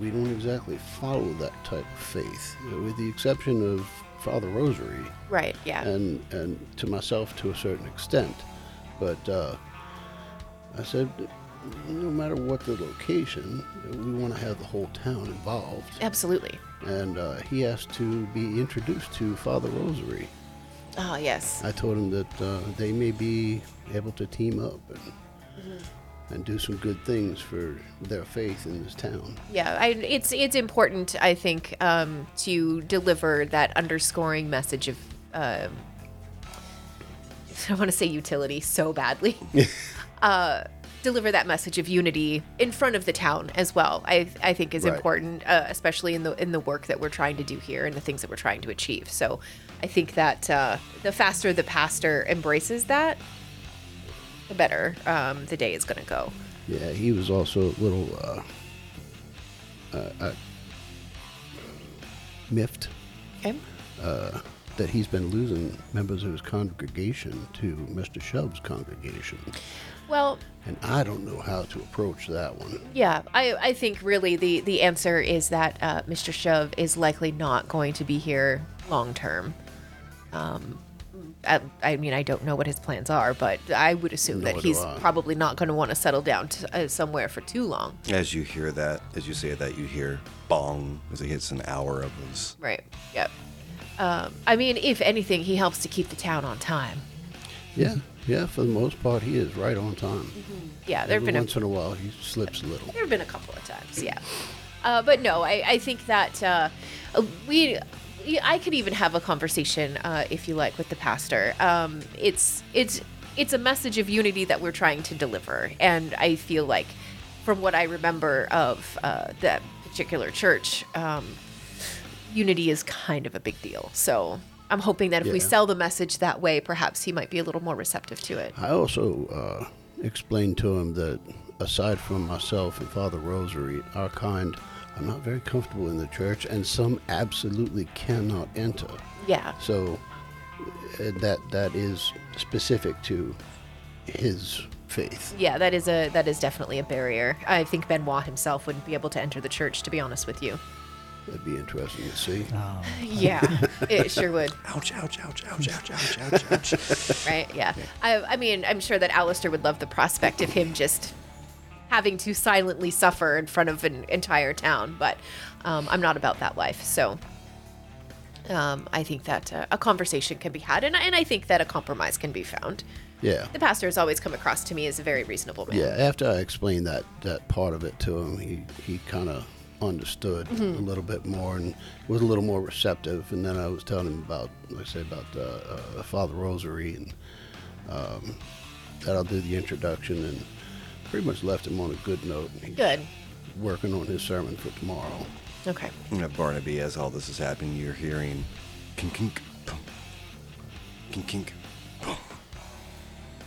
[SPEAKER 4] we don't exactly follow that type of faith, with the exception of Father Rosary
[SPEAKER 2] Right. Yeah.
[SPEAKER 4] and and to myself to a certain extent. But uh, I said, no matter what the location, we want to have the whole town involved.
[SPEAKER 2] Absolutely.
[SPEAKER 4] And uh, he has to be introduced to Father Rosary.
[SPEAKER 2] Oh yes.
[SPEAKER 4] I told him that uh, they may be able to team up and and do some good things for their faith in this town.
[SPEAKER 2] Yeah. I, it's it's important, I think, um, to deliver that underscoring message of. Um, I want to say utility so badly. uh, deliver that message of unity in front of the town as well. I I think is
[SPEAKER 4] Right.
[SPEAKER 2] important, uh, especially in the in the work that we're trying to do here and the things that we're trying to achieve. So, I think that uh, the faster the pastor embraces that, the better um, the day is going to go.
[SPEAKER 4] Yeah, he was also a little uh, uh, uh, miffed
[SPEAKER 2] Okay.
[SPEAKER 4] uh, that he's been losing members of his congregation to Mr. Shove's congregation.
[SPEAKER 2] Well,
[SPEAKER 4] And I don't know how to approach that one.
[SPEAKER 2] Yeah, I, I think really the, the answer is that uh, Mr. Shove is likely not going to be here long term. Um, I, I mean, I don't know what his plans are, but I would assume
[SPEAKER 4] Nor
[SPEAKER 2] that
[SPEAKER 4] do
[SPEAKER 2] he's
[SPEAKER 4] I.
[SPEAKER 2] probably not going to want to settle down t uh, somewhere for too long.
[SPEAKER 1] As you hear that, as you say that, you hear bong as it hits an hour of this.
[SPEAKER 2] Right. Yep. Um, I mean, if anything, he helps to keep the town on time.
[SPEAKER 4] Yeah, yeah, for the most part, he is right on time.
[SPEAKER 2] Yeah, there have Mm-hmm.
[SPEAKER 4] Every
[SPEAKER 2] been a
[SPEAKER 4] once in a while, he slips a little.
[SPEAKER 2] There have been a couple of times, yeah. Uh, but no, I, I think that uh, we. I could even have a conversation, uh, if you like, with the pastor. Um, it's it's it's a message of unity that we're trying to deliver, and I feel like, from what I remember of uh, that particular church, um, unity is kind of a big deal. So I'm hoping that if we
[SPEAKER 4] Yeah.
[SPEAKER 2] sell the message that way, perhaps he might be a little more receptive to it.
[SPEAKER 4] I also uh, explained to him that aside from myself and Father Rosary, our kind are not very comfortable in the church, and some absolutely cannot enter.
[SPEAKER 2] Yeah,
[SPEAKER 4] So uh, that that is specific to his faith.
[SPEAKER 2] Yeah, that is a that is definitely a barrier. I think Benoit himself wouldn't be able to enter the church, to be honest with you.
[SPEAKER 4] That'd be interesting to see.
[SPEAKER 3] Um,
[SPEAKER 2] Yeah, it sure would,
[SPEAKER 1] Ouch, ouch, ouch, ouch, ouch, ouch, ouch, ouch.
[SPEAKER 2] right? Yeah. I, I mean, I'm sure that Alistair would love the prospect of him just having to silently suffer in front of an entire town, but um, I'm not about that life. So um, I think that uh, a conversation can be had, and, I- and I think that a compromise can be found.
[SPEAKER 4] Yeah.
[SPEAKER 2] The pastor has always come across to me as a very reasonable man.
[SPEAKER 4] Yeah, after I explained that, that part of it to him, he, he kind of understood a little bit more and was a little more receptive. And then I was telling him about, like I say, about uh, uh, Father Rosary and um, that I'll do the introduction and pretty much left him on a good note. And he's
[SPEAKER 2] Good.
[SPEAKER 4] Working on his sermon for tomorrow.
[SPEAKER 2] Okay.
[SPEAKER 1] You know, Barnaby, as all this is happening, you're hearing kink kink pum, kink kink pum,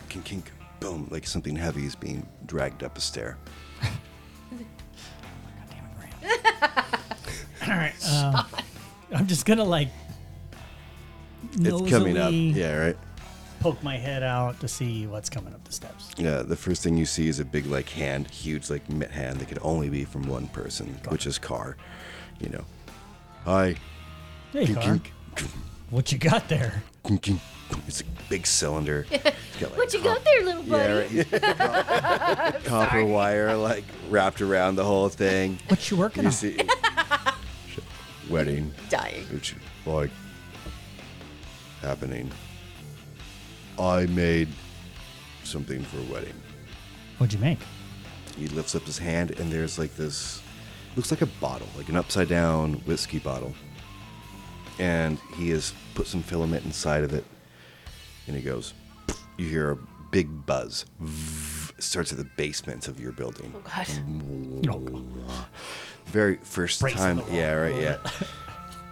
[SPEAKER 1] kink kink boom, like something heavy is being dragged up a stair.
[SPEAKER 3] All right. Uh, I'm just gonna like.
[SPEAKER 1] It's coming up.
[SPEAKER 3] nosily
[SPEAKER 1] Yeah, right.
[SPEAKER 3] Poke my head out to see what's coming up the steps.
[SPEAKER 1] Yeah, the first thing you see is a big like hand, huge like mitt hand that could only be from one person, which is Car. You know. Hi.
[SPEAKER 3] Hey,
[SPEAKER 1] Kink,
[SPEAKER 3] car.
[SPEAKER 1] kink,
[SPEAKER 3] What you got there?
[SPEAKER 1] kink, kink. It's a big cylinder. It's got, like,
[SPEAKER 2] What you
[SPEAKER 1] cop-
[SPEAKER 2] got there, little buddy?
[SPEAKER 1] Yeah, right. copper wire like wrapped around the whole thing.
[SPEAKER 3] What you working
[SPEAKER 1] You
[SPEAKER 3] on?
[SPEAKER 1] see wedding.
[SPEAKER 2] Dying.
[SPEAKER 1] It's like happening. I made something for a wedding.
[SPEAKER 3] What'd you make?
[SPEAKER 1] He lifts up his hand, and there's like this looks like a bottle, like an upside down whiskey bottle. And he has put some filament inside of it, and he goes, You hear a big buzz. It starts at the basement of your building.
[SPEAKER 2] Oh, God.
[SPEAKER 1] Very first
[SPEAKER 3] Breaks
[SPEAKER 1] time.
[SPEAKER 3] the wall.
[SPEAKER 1] Yeah, right, yeah.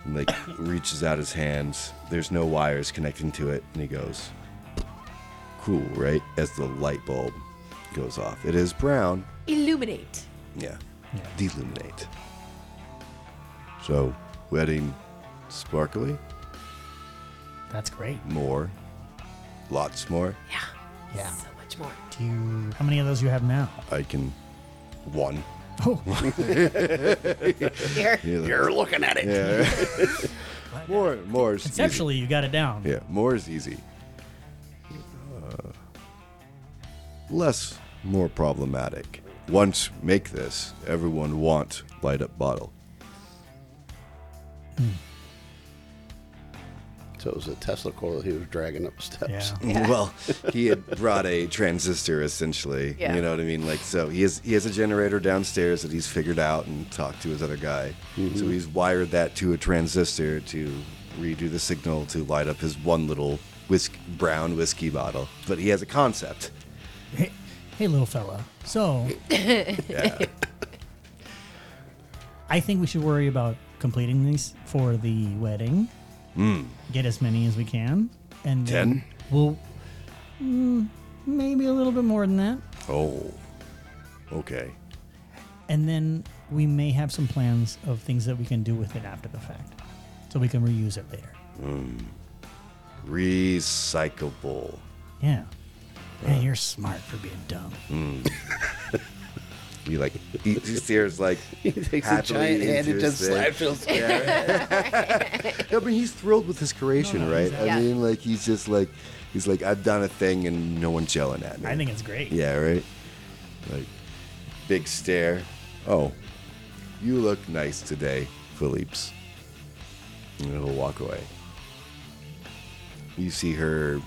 [SPEAKER 1] And like reaches out his hands. There's no wires connecting to it, and he goes, Cool, right? As the light bulb goes off. It is brown,
[SPEAKER 2] Illuminate.
[SPEAKER 1] yeah. Deluminate. So, wedding sparkly,
[SPEAKER 3] That's great.
[SPEAKER 1] more, lots more.
[SPEAKER 2] Yeah.
[SPEAKER 3] Yeah.
[SPEAKER 2] So much more.
[SPEAKER 3] Do you? How many of those you have now?
[SPEAKER 1] I can. One.
[SPEAKER 3] Oh,
[SPEAKER 2] Here.
[SPEAKER 4] You're looking at it.
[SPEAKER 1] More, more is easy.
[SPEAKER 3] conceptually you got it down.
[SPEAKER 1] Yeah, more is easy. Uh, less, more problematic. Once make this, everyone want light up bottle.
[SPEAKER 4] So it was a Tesla coil he was dragging up steps.
[SPEAKER 3] Yeah.
[SPEAKER 1] Well, he had brought a transistor essentially.
[SPEAKER 2] Yeah.
[SPEAKER 1] You know what I mean? Like so he has he has a generator downstairs that he's figured out and talked to his other guy.
[SPEAKER 4] Mm-hmm.
[SPEAKER 1] So he's wired that to a transistor to redo the signal to light up his one little whisk brown whiskey bottle. But he has a concept.
[SPEAKER 3] Hey, hey, little fella. So
[SPEAKER 1] Yeah.
[SPEAKER 3] I think we should worry about completing these for the wedding. Get as many as we can, and then
[SPEAKER 1] Hmm. Ten?
[SPEAKER 3] we'll mm, maybe a little bit more than that.
[SPEAKER 1] oh. Okay.
[SPEAKER 3] and then we may have some plans of things that we can do with it after the fact, so we can reuse it later.
[SPEAKER 1] Recyclable.
[SPEAKER 3] Yeah.
[SPEAKER 1] Uh.
[SPEAKER 3] Man, you're smart for being dumb.
[SPEAKER 1] Mm. He like he, he stares like
[SPEAKER 4] He takes a
[SPEAKER 1] happily
[SPEAKER 4] giant hand
[SPEAKER 1] into
[SPEAKER 4] and
[SPEAKER 1] his
[SPEAKER 4] just
[SPEAKER 1] thing.
[SPEAKER 4] slaps his
[SPEAKER 1] I mean, he's thrilled with his creation, right? I
[SPEAKER 2] Yeah.
[SPEAKER 1] mean, like he's just like, he's like, I've done a thing and no one's yelling at me.
[SPEAKER 3] I think it's great.
[SPEAKER 1] Yeah, right. Like, big stare. Oh, you look nice today, Philippe's. And he'll walk away. You see her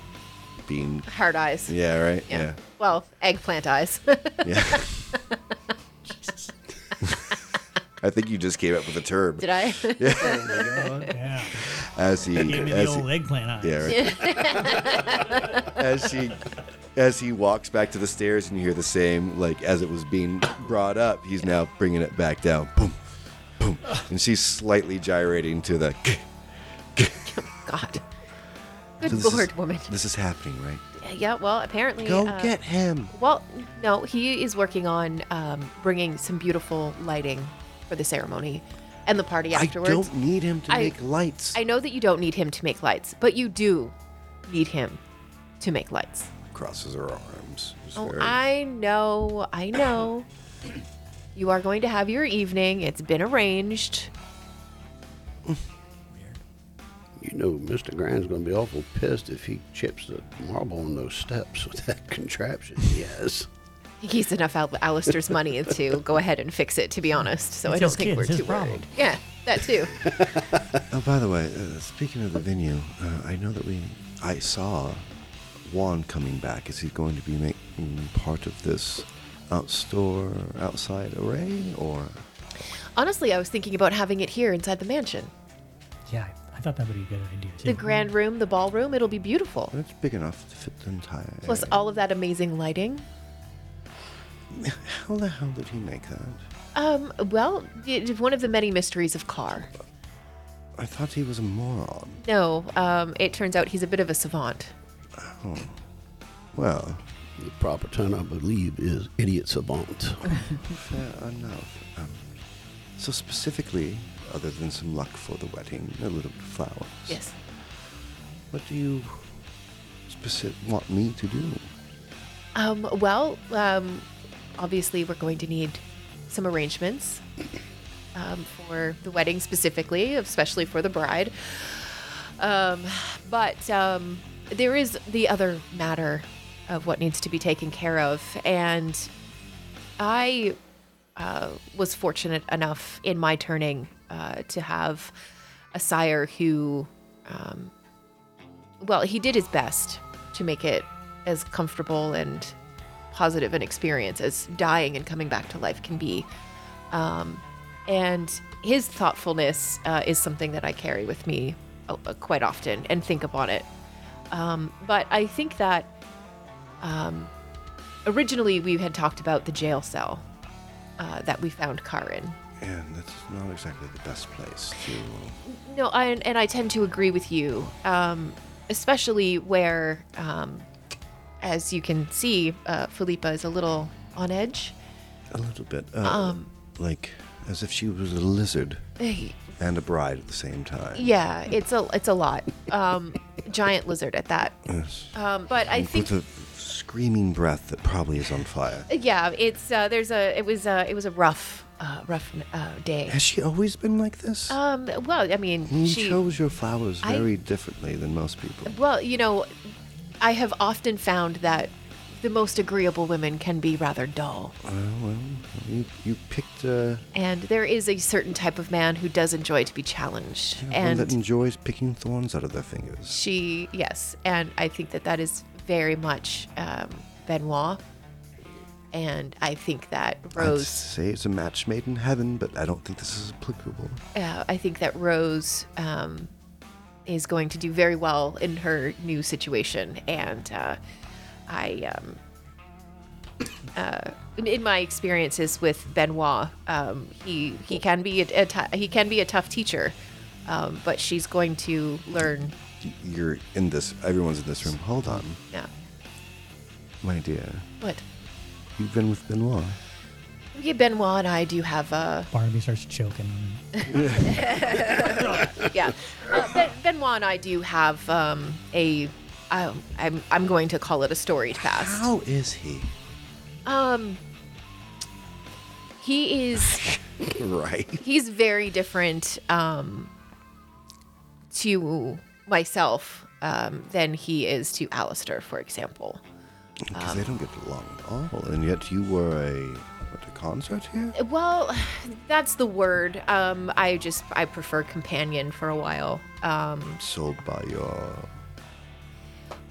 [SPEAKER 1] being,
[SPEAKER 2] Hard eyes.
[SPEAKER 1] yeah, right,
[SPEAKER 2] Yeah.
[SPEAKER 1] yeah,
[SPEAKER 2] Well, eggplant eyes.
[SPEAKER 1] yeah. I think you just came up with a term.
[SPEAKER 2] Did I?
[SPEAKER 3] Yeah.
[SPEAKER 1] As he,
[SPEAKER 3] Gave me the
[SPEAKER 1] as he-
[SPEAKER 3] old eggplant eyes.
[SPEAKER 1] Yeah. Right. as she, as he walks back to the stairs, and you hear the same like as it was being brought up. He's now bringing it back down. Boom, boom, and she's slightly gyrating to the.
[SPEAKER 2] God. Good
[SPEAKER 1] So this
[SPEAKER 2] lord,
[SPEAKER 1] is,
[SPEAKER 2] woman. Uh,
[SPEAKER 1] This is happening, right?
[SPEAKER 2] Yeah, well, apparently.
[SPEAKER 1] Go
[SPEAKER 2] uh,
[SPEAKER 1] get him.
[SPEAKER 2] Well, no, he is working on um, bringing some beautiful lighting for the ceremony and the party
[SPEAKER 1] I
[SPEAKER 2] afterwards.
[SPEAKER 1] don't need him to
[SPEAKER 2] I-
[SPEAKER 1] make lights.
[SPEAKER 2] I know that you don't need him to make lights, but you do need him to make lights.
[SPEAKER 1] Crosses her arms. It's
[SPEAKER 2] Oh,
[SPEAKER 1] very-
[SPEAKER 2] I know, I know. You are going to have your evening. It's been arranged.
[SPEAKER 4] You know, Mr. Grind's going to be awful pissed if he chips the marble on those steps with that contraption. Yes.
[SPEAKER 2] He's enough Al- Alistair's money to go ahead and fix it. To be honest, so I
[SPEAKER 3] It's
[SPEAKER 2] don't
[SPEAKER 3] his
[SPEAKER 2] think
[SPEAKER 3] kid,
[SPEAKER 2] we're
[SPEAKER 3] it's his
[SPEAKER 2] too
[SPEAKER 3] problem.
[SPEAKER 2] worried. Yeah, that too.
[SPEAKER 1] Oh, by the way, uh, speaking of the venue, uh, I know that we, I saw Juan coming back. Is he going to be making part of this outstore outside array, or
[SPEAKER 2] Honestly, I was thinking about having it here inside the mansion,
[SPEAKER 3] Yeah, I- I thought that would be a good idea. Too.
[SPEAKER 2] the grand room, the ballroom. It'll be beautiful.
[SPEAKER 1] it's big enough to fit the entire?
[SPEAKER 2] Plus
[SPEAKER 1] area.
[SPEAKER 2] all of that amazing lighting.
[SPEAKER 1] How the hell did he make that?
[SPEAKER 2] Um, well, it- one of the many mysteries of Carr.
[SPEAKER 1] I thought he was a moron.
[SPEAKER 2] No, um, it turns out he's a bit of a savant.
[SPEAKER 1] Well,
[SPEAKER 4] The proper term, I believe, is idiot savant.
[SPEAKER 1] Yeah, I know. Um, so specifically, other than some luck for the wedding, a little bit of flowers.
[SPEAKER 2] Yes.
[SPEAKER 1] What do you speci- want me to do?
[SPEAKER 2] Um, well, um, obviously, we're going to need some arrangements um, for the wedding specifically, especially for the bride. Um, but um, there is the other matter of what needs to be taken care of. And I uh, was fortunate enough in my turning uh, to have a sire who um, well, he did his best to make it as comfortable and positive an experience as dying and coming back to life can be. Um, and his thoughtfulness uh, is something that I carry with me uh, uh, quite often and think upon it. Um, but I think that um, originally we had talked about the jail cell uh, that we found Karin.
[SPEAKER 1] And that's not exactly the best place to.
[SPEAKER 2] No, I, and I tend to agree with you, um, especially where, um, as you can see, uh, Philippa is a little on edge.
[SPEAKER 1] A little bit. Uh,
[SPEAKER 2] Um.
[SPEAKER 1] Like, as if she was a lizard
[SPEAKER 2] Eh,
[SPEAKER 1] and a bride at the same time.
[SPEAKER 2] Yeah, it's a it's a lot. Um, giant lizard at that.
[SPEAKER 1] Yes.
[SPEAKER 2] Um, but I think
[SPEAKER 1] With a screaming breath that probably is on fire.
[SPEAKER 2] yeah, it's uh, there's a it was uh, it was a rough uh, rough uh, day.
[SPEAKER 1] Has she always been like this?
[SPEAKER 2] Um, well, I mean,
[SPEAKER 1] you
[SPEAKER 2] she
[SPEAKER 1] chose your flowers
[SPEAKER 2] I- Uh,
[SPEAKER 1] very differently than most people.
[SPEAKER 2] Well, you know, I have often found that the most agreeable women can be rather dull.
[SPEAKER 1] You, you picked uh, a
[SPEAKER 2] And there is a certain type of man who does enjoy to be challenged.
[SPEAKER 1] one that
[SPEAKER 2] And
[SPEAKER 1] enjoys picking thorns out of their fingers.
[SPEAKER 2] she, yes. And I think that that is very much um, Benoit. And I think that
[SPEAKER 1] I'd
[SPEAKER 2] Rose,
[SPEAKER 1] say it's a match made in heaven, but I don't think this is applicable.
[SPEAKER 2] uh, I think that Rose um, is going to do very well in her new situation. And uh, I, um, uh, in, in my experiences with Benoit, um, he he can be a, a t- he can be a tough teacher, um, but she's going to learn.
[SPEAKER 1] You're in this. Everyone's in this room. Hold on,
[SPEAKER 2] Yeah.
[SPEAKER 1] my dear.
[SPEAKER 2] What?
[SPEAKER 1] You've been with Benoit.
[SPEAKER 2] Yeah, Benoit and I do have uh, a
[SPEAKER 3] Barnaby starts choking.
[SPEAKER 2] yeah. Uh, ben, Benoit and I do have um, a. Um, I'm I'm going to call it a storied past.
[SPEAKER 1] How is he?
[SPEAKER 2] Um, He is
[SPEAKER 1] Right.
[SPEAKER 2] he's very different um, to myself um, than he is to Alistair, for example.
[SPEAKER 1] Because they don't get along at all, and yet you were a what, a concert here.
[SPEAKER 2] Well, that's the word. Um, I just I prefer companion for a while. Um,
[SPEAKER 1] Sold by your.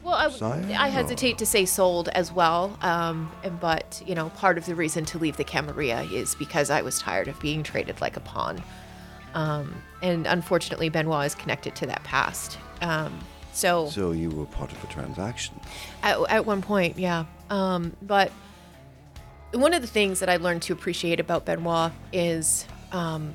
[SPEAKER 2] well, I,
[SPEAKER 1] Sire?
[SPEAKER 2] I hesitate to say sold as well. Um, and- but you know, part of the reason to leave the Camarilla is because I was tired of being traded like a pawn. Um, and unfortunately, Benoit is connected to that past. Um,
[SPEAKER 1] So you were part of a transaction.
[SPEAKER 2] at, at one point, yeah. Um, but one of the things that I learned to appreciate about Benoit is um,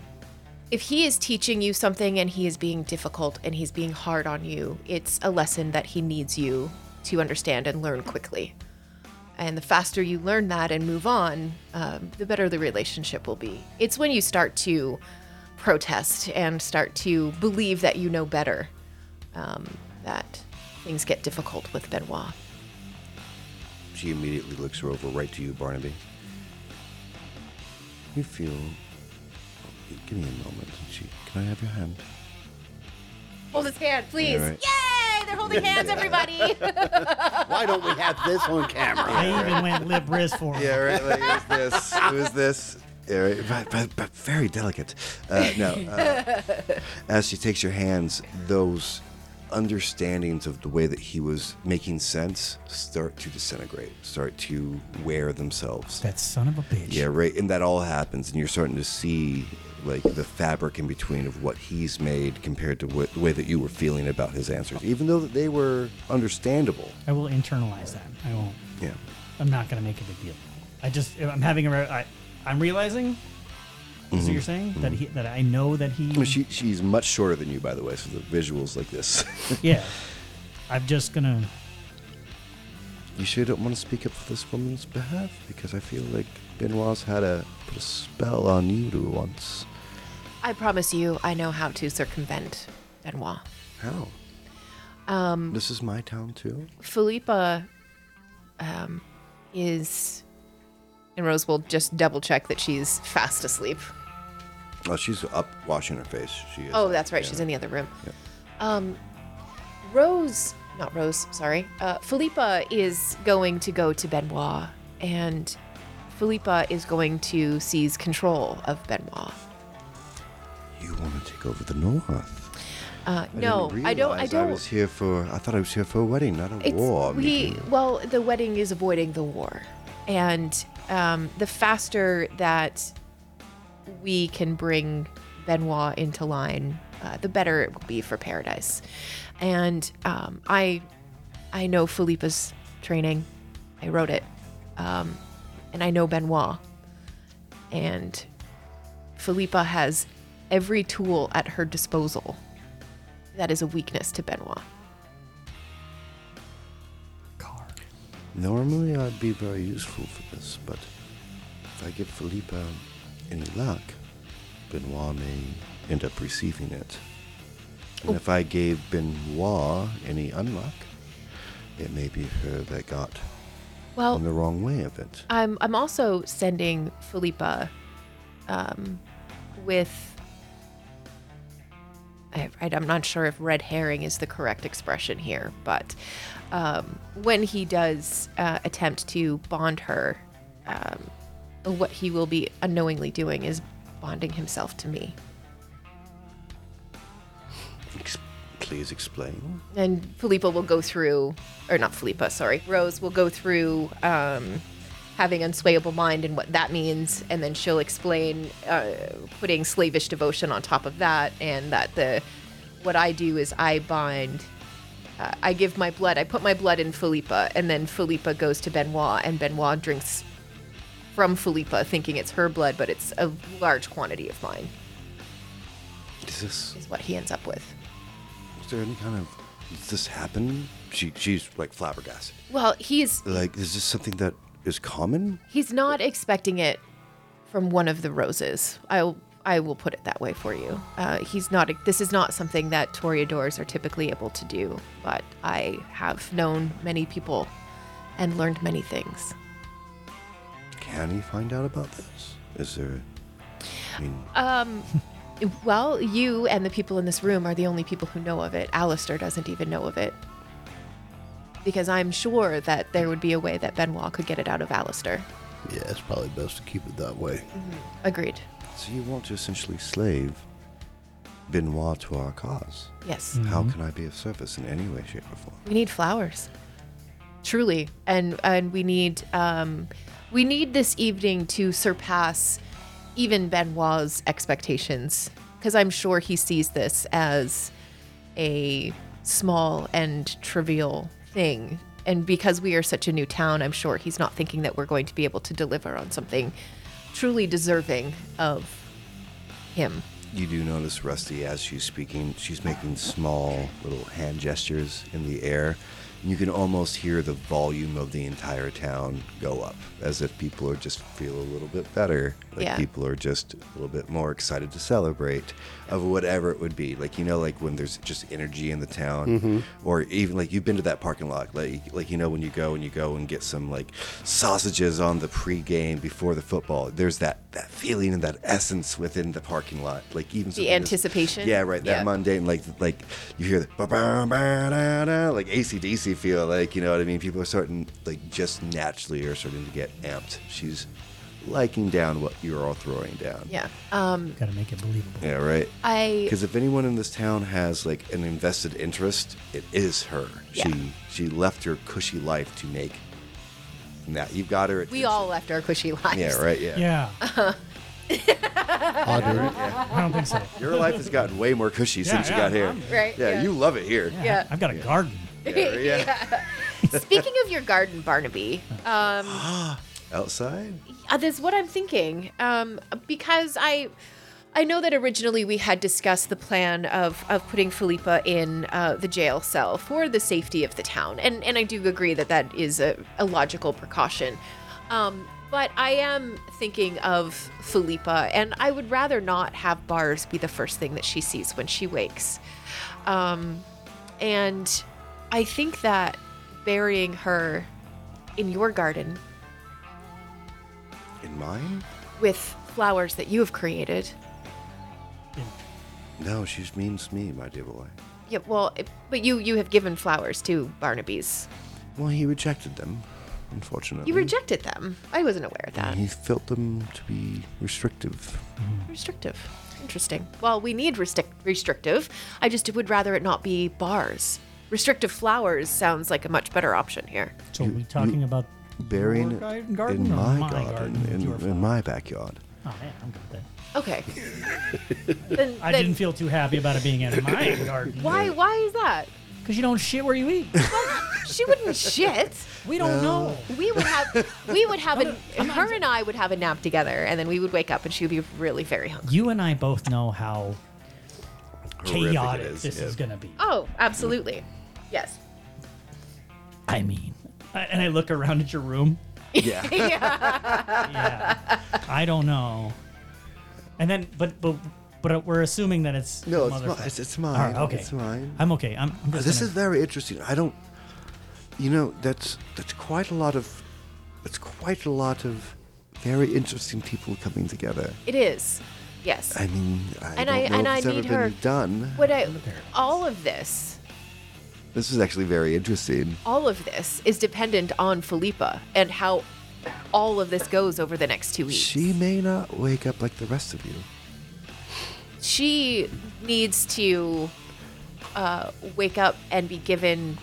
[SPEAKER 2] if he is teaching you something and he is being difficult and he's being hard on you, it's a lesson that he needs you to understand and learn quickly. And the faster you learn that and move on, um, the better the relationship will be. It's when you start to protest and start to believe that you know better um, that things get difficult with Benoit.
[SPEAKER 1] She immediately looks her over right to you, Barnaby. You feel. Give me a moment. And she, can I have your hand?
[SPEAKER 2] Hold his hand, please.
[SPEAKER 1] All right.
[SPEAKER 2] Yay! They're holding hands, everybody.
[SPEAKER 4] Why don't we have this on camera?
[SPEAKER 3] I even went lip wrist for him.
[SPEAKER 1] Yeah, right. Like, who's this? Who's this? Yeah, right, but, but, but very delicate. Uh, no. Uh, as she takes your hands, those understandings of the way that he was making sense start to disintegrate, start to wear themselves.
[SPEAKER 3] That son of a bitch.
[SPEAKER 1] Yeah, right. And that all happens, and you're starting to see like the fabric in between of what he's made compared to what, the way that you were feeling about his answers, even though that they were understandable.
[SPEAKER 3] I will internalize that. I won't.
[SPEAKER 1] Yeah.
[SPEAKER 3] I'm not gonna make a big deal. I just I'm having a re- I, I'm realizing. So you're saying that he that I know that
[SPEAKER 1] I mean,
[SPEAKER 3] he
[SPEAKER 1] Mm-hmm. She, she's much shorter than you, by the way, so the visuals like this.
[SPEAKER 3] yeah. I'm just gonna
[SPEAKER 1] You sure don't want to speak up for this woman's behalf? Because I feel like Benoit's had a, put a spell on you to once.
[SPEAKER 2] I promise you, I know how to circumvent Benoit.
[SPEAKER 1] How?
[SPEAKER 2] Um,
[SPEAKER 1] This is my town too?
[SPEAKER 2] Philippa um, is. And Rose will just double check that she's fast asleep.
[SPEAKER 1] Oh, she's up washing her face. She is.
[SPEAKER 2] Oh, that's right. She's in the other room.
[SPEAKER 1] Yeah.
[SPEAKER 2] Um, Rose, not Rose, sorry. Uh, Philippa is going to go to Benoit, and Philippa is going to seize control of Benoit.
[SPEAKER 1] You want to take over the north?
[SPEAKER 2] Uh,
[SPEAKER 1] I
[SPEAKER 2] no,
[SPEAKER 1] didn't
[SPEAKER 2] I don't. I
[SPEAKER 1] realize
[SPEAKER 2] don't.
[SPEAKER 1] was here for. I thought I was here for a wedding, not a
[SPEAKER 2] It's
[SPEAKER 1] war.
[SPEAKER 2] we
[SPEAKER 1] meeting.
[SPEAKER 2] well, the wedding is avoiding the war, and um, the faster that we can bring Benoit into line, uh, the better it will be for Paradise. And um, I, I know Philippa's training. I wrote it, um, and I know Benoit. And Philippa has every tool at her disposal. That is a weakness to Benoit.
[SPEAKER 3] Car.
[SPEAKER 1] Normally, I'd be very useful for this, but if I get Philippa any luck, Benoit may end up receiving it. And if I gave Benoit any unluck, it may be her that got
[SPEAKER 2] Well,
[SPEAKER 1] in the wrong way of it.
[SPEAKER 2] I'm Um, I'm also sending Philippa um, with I, I- I'm not sure if red herring is the correct expression here, but um, when he does uh, attempt to bond her, um, what he will be unknowingly doing is bonding himself to me.
[SPEAKER 1] Ex- please explain.
[SPEAKER 2] and Philippa will go through, or not Philippa, sorry, Rose will go through um, having unswayable mind and what that means, and then she'll explain uh, putting slavish devotion on top of that, and that the what I do is I bind. Uh, I give my blood. I put my blood in Philippa, and then Philippa goes to Benoit, and Benoit drinks from Philippa, thinking it's her blood, but it's a large quantity of mine,
[SPEAKER 1] Is this?
[SPEAKER 2] is what he ends up with.
[SPEAKER 1] Is there any kind of? Does this happen? She she's like flabbergasted.
[SPEAKER 2] Well, he's
[SPEAKER 1] Like, is this something that is common?
[SPEAKER 2] He's not expecting it from one of the roses. I'll I will put it that way for you. Uh, he's not. This is not something that toreadors are typically able to do. But I have known many people and learned many things.
[SPEAKER 1] Can he find out about this? Is there? I mean,
[SPEAKER 2] Well, you and the people in this room are the only people who know of it. Alistair doesn't even know of it. Because I'm sure that there would be a way that Benoit could get it out of Alistair.
[SPEAKER 4] Yeah, it's probably best to keep it that way.
[SPEAKER 2] Agreed.
[SPEAKER 1] so you want to essentially slave Benoit to our cause?
[SPEAKER 2] Yes.
[SPEAKER 1] How can I be of service in any way, shape, or form?
[SPEAKER 2] We need flowers. Truly. And and we need um we need this evening to surpass even Benoit's expectations because I'm sure he sees this as a small and trivial thing. And because we are such a new town, I'm sure he's not thinking that we're going to be able to deliver on something truly deserving of him.
[SPEAKER 1] You do notice Rusty as she's speaking, she's making small little hand gestures in the air. and You can almost hear the volume of the entire town go up as if people are just feel a little bit better. Like
[SPEAKER 2] Yeah.
[SPEAKER 1] people are just a little bit more excited to celebrate of whatever it would be. Like you know, like when there's just energy in the town, or even like you've been to that parking lot, like like you know when you go and you go and get some like sausages on the pregame before the football. There's that that feeling and that essence within the parking lot, like even something as-
[SPEAKER 2] anticipation?
[SPEAKER 1] Yeah, right. That
[SPEAKER 2] Yeah.
[SPEAKER 1] mundane, like like you hear the ba ba ba da da, like ACDC feel, like you know what I mean. People are starting like just naturally are starting to get amped. She's liking down what you're all throwing down.
[SPEAKER 2] Yeah. Um
[SPEAKER 3] Gotta make it believable.
[SPEAKER 1] Yeah, right.
[SPEAKER 2] I
[SPEAKER 1] Because if anyone in this town has like an invested interest, it is her.
[SPEAKER 2] Yeah.
[SPEAKER 1] She she left her cushy life to make. Now you've got her. At
[SPEAKER 2] we all left our cushy lives.
[SPEAKER 1] Yeah, right. Yeah.
[SPEAKER 3] Yeah.
[SPEAKER 4] Audrey,
[SPEAKER 3] I don't think so.
[SPEAKER 1] Your life has gotten way more cushy since you
[SPEAKER 3] yeah,
[SPEAKER 1] got here.
[SPEAKER 3] I'm-
[SPEAKER 2] Right,
[SPEAKER 1] Yeah,
[SPEAKER 2] yeah.
[SPEAKER 1] you love it here.
[SPEAKER 2] Yeah.
[SPEAKER 3] I've got a garden.
[SPEAKER 1] Yeah, right, yeah.
[SPEAKER 2] Speaking of your garden, Barnaby, um,
[SPEAKER 1] Outside.
[SPEAKER 2] uh, that's what I'm thinking. Um, because I, I know that originally we had discussed the plan of, of putting Philippa in uh, the jail cell for the safety of the town, and, and I do agree that that is a, a logical precaution. Um, but I am thinking of Philippa, and I would rather not have bars be the first thing that she sees when she wakes. Um, and I think that burying her in your garden
[SPEAKER 1] In mine?
[SPEAKER 2] with flowers that you have created.
[SPEAKER 1] No, she means me, my dear boy.
[SPEAKER 2] Yeah, well, it- but you you have given flowers to Barnaby's.
[SPEAKER 1] Well, he rejected them, unfortunately.
[SPEAKER 3] Mm-hmm.
[SPEAKER 2] You rejected them. I wasn't aware of that.
[SPEAKER 1] He felt them to be restrictive.
[SPEAKER 3] Mm-hmm.
[SPEAKER 2] Restrictive. Interesting. Well, we need restric- restrictive. I just would rather it not be bars. Restrictive flowers sounds like a much better option here.
[SPEAKER 3] So are we talking about
[SPEAKER 1] Burying
[SPEAKER 3] your
[SPEAKER 1] it
[SPEAKER 3] garden, garden
[SPEAKER 1] in
[SPEAKER 3] or
[SPEAKER 1] my, garden,
[SPEAKER 3] your
[SPEAKER 1] in,
[SPEAKER 3] flower?
[SPEAKER 1] in my backyard.
[SPEAKER 3] Oh, yeah, I'm good with that.
[SPEAKER 2] Okay. then,
[SPEAKER 3] I
[SPEAKER 2] then
[SPEAKER 3] didn't feel too happy about it being in my garden.
[SPEAKER 2] why why is that?
[SPEAKER 3] Because you don't shit where you eat.
[SPEAKER 2] She wouldn't shit.
[SPEAKER 3] We don't know.
[SPEAKER 2] We would have we would have a,
[SPEAKER 3] Sometimes-
[SPEAKER 2] her and I would have a nap together and then we would wake up and she would be really very hungry.
[SPEAKER 3] You and I both know how
[SPEAKER 1] Horrific it
[SPEAKER 3] chaotic
[SPEAKER 1] is,
[SPEAKER 3] this
[SPEAKER 1] yeah.
[SPEAKER 3] is going to be.
[SPEAKER 2] Oh, absolutely. Yes.
[SPEAKER 3] I mean, I- and I look around at your room.
[SPEAKER 1] Yeah.
[SPEAKER 3] Yeah, I don't know. And then, but but but we're assuming that it's
[SPEAKER 1] No, it's,
[SPEAKER 3] motherfucker.
[SPEAKER 1] mi- it's, it's mine.
[SPEAKER 3] All right, okay,
[SPEAKER 1] It's mine.
[SPEAKER 3] I'm okay. I'm. I'm just
[SPEAKER 1] this
[SPEAKER 3] gonna-
[SPEAKER 1] is very interesting. I don't. You know, that's that's quite a lot of. That's quite a lot of very interesting people coming together.
[SPEAKER 2] It is. Yes.
[SPEAKER 1] I mean, I
[SPEAKER 2] And
[SPEAKER 1] don't
[SPEAKER 2] I-
[SPEAKER 1] know
[SPEAKER 2] and
[SPEAKER 1] if
[SPEAKER 2] I
[SPEAKER 1] it's ever
[SPEAKER 2] need
[SPEAKER 1] been
[SPEAKER 2] her-
[SPEAKER 1] done.
[SPEAKER 2] What I all of this,
[SPEAKER 1] This is actually very interesting.
[SPEAKER 2] all of this is dependent on Philippa and how all of this goes over the next two weeks.
[SPEAKER 1] She may not wake up like the rest of you.
[SPEAKER 2] she needs to uh, wake up and be given.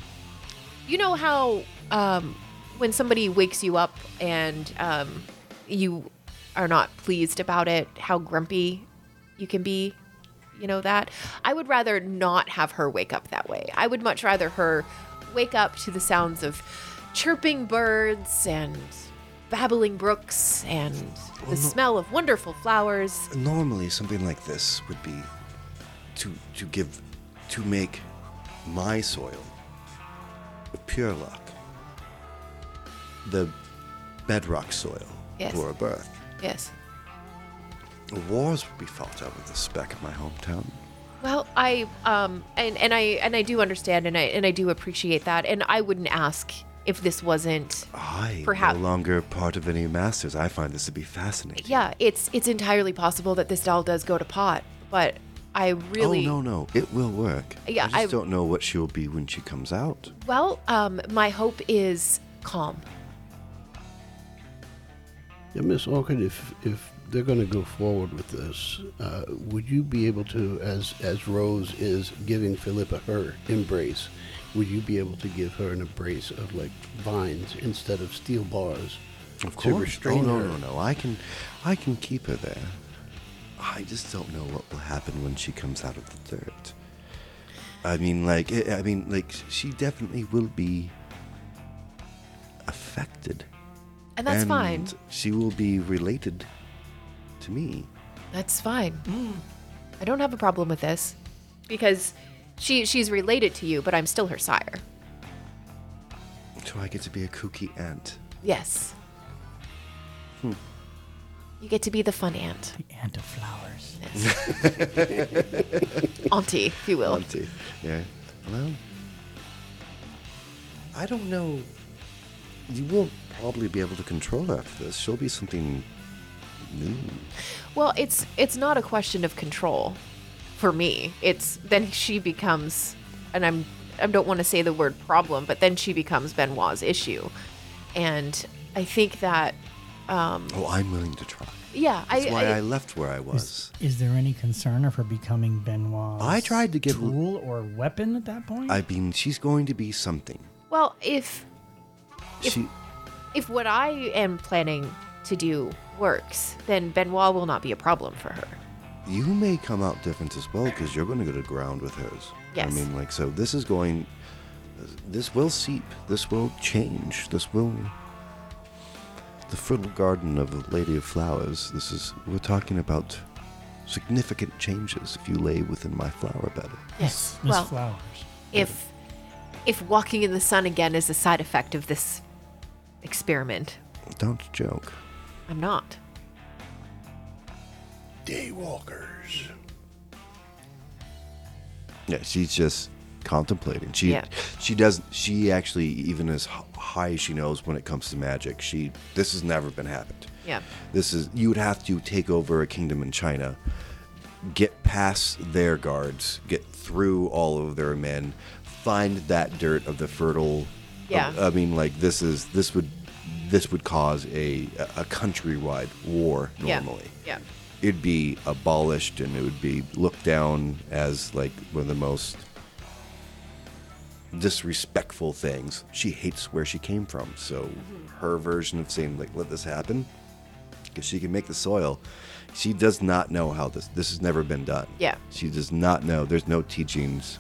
[SPEAKER 2] You know how um, when somebody wakes you up and um, you are not pleased about it, how grumpy you can be? You know that? I would rather not have her wake up that way. I would much rather her wake up to the sounds of chirping birds and babbling brooks and the smell of wonderful flowers.
[SPEAKER 1] Normally, something like this would be to to give to make my soil of pure luck, the bedrock soil
[SPEAKER 2] Yes.
[SPEAKER 1] for a birth.
[SPEAKER 2] Yes.
[SPEAKER 1] Wars would be fought over this back in my hometown.
[SPEAKER 2] Well, I um and and I and I do understand and I and I do appreciate that and I wouldn't ask if this wasn't
[SPEAKER 1] I
[SPEAKER 2] Perhaps-
[SPEAKER 1] no longer part of any masters. I find this to be fascinating.
[SPEAKER 2] Yeah, it's it's entirely possible that this doll does go to pot, but I really
[SPEAKER 1] Oh no no, it will work.
[SPEAKER 2] Yeah,
[SPEAKER 1] I just
[SPEAKER 2] I-
[SPEAKER 1] don't know what she will be when she comes out.
[SPEAKER 2] Well, um my hope is calm.
[SPEAKER 4] Yeah, Miss Orchid, if if they're going to go forward with this, uh, would you be able to, as as Rose is giving Philippa her embrace, would you be able to give her an embrace of like vines instead of steel bars?
[SPEAKER 1] Of
[SPEAKER 4] to
[SPEAKER 1] course.
[SPEAKER 4] restrain
[SPEAKER 1] oh no,
[SPEAKER 4] her?
[SPEAKER 1] no, no. I can, I can keep her there. I just don't know what will happen when she comes out of the dirt. I mean, like, eh, I I mean, like, she definitely will be affected.
[SPEAKER 2] And that's
[SPEAKER 1] and
[SPEAKER 2] fine.
[SPEAKER 1] She will be related to me.
[SPEAKER 2] That's fine. I don't have a problem with this because she she's related to you, but I'm still her sire.
[SPEAKER 1] So I get to be a kooky aunt.
[SPEAKER 2] Yes.
[SPEAKER 1] Hmm.
[SPEAKER 2] You get to be the fun aunt,
[SPEAKER 3] the ant of flowers.
[SPEAKER 2] auntie, if you will.
[SPEAKER 1] Auntie. Yeah. Well, I don't know. You will probably be able to control her after this. She'll be something new.
[SPEAKER 2] Well, it's it's not a question of control for me. It's then she becomes and I'm I don't want to say the word problem, but then she becomes Benoit's issue. And I think that
[SPEAKER 1] Oh, I'm willing to try.
[SPEAKER 2] yeah,
[SPEAKER 1] That's
[SPEAKER 2] I,
[SPEAKER 1] why
[SPEAKER 2] I,
[SPEAKER 1] I, left where I was.
[SPEAKER 3] Is there any concern of her becoming Benoit's
[SPEAKER 1] I tried to give-
[SPEAKER 3] tool or weapon at that point?
[SPEAKER 1] I mean, she's going to be something.
[SPEAKER 2] well, if
[SPEAKER 1] She,
[SPEAKER 2] if what I am planning to do works, then Benoit will not be a problem for her.
[SPEAKER 1] you may come out different as well because you're going to go to ground with hers.
[SPEAKER 2] Yes.
[SPEAKER 1] I mean, like, so this is going. This will seep. This will change. This will. The fertile garden of a lady of flowers. This is. We're talking about significant changes if you lay within my flower bed.
[SPEAKER 2] Yes.
[SPEAKER 3] Miss
[SPEAKER 2] Well,
[SPEAKER 3] Flowers.
[SPEAKER 2] if if walking in the sun again is a side effect of this experiment,
[SPEAKER 1] Don't joke.
[SPEAKER 2] I'm not.
[SPEAKER 4] Daywalkers.
[SPEAKER 1] Yeah, she's just contemplating. She
[SPEAKER 2] Yeah.
[SPEAKER 1] she doesn't. She actually, even as h- high as she knows when it comes to magic, she this has never been happened.
[SPEAKER 2] Yeah.
[SPEAKER 1] This is you would have to take over a kingdom in China, get past their guards, get through all of their men, find that dirt of the fertile.
[SPEAKER 2] Yeah.
[SPEAKER 1] I mean, like this is this would this would cause a a countrywide war normally
[SPEAKER 2] Yeah. Yeah.
[SPEAKER 1] it'd be abolished and it would be looked down as like one of the most disrespectful things. She hates where she came from, so her version of saying like let this happen because she can make the soil. She does not know how this this has never been done.
[SPEAKER 2] Yeah.
[SPEAKER 1] She does not know. There's no teachings.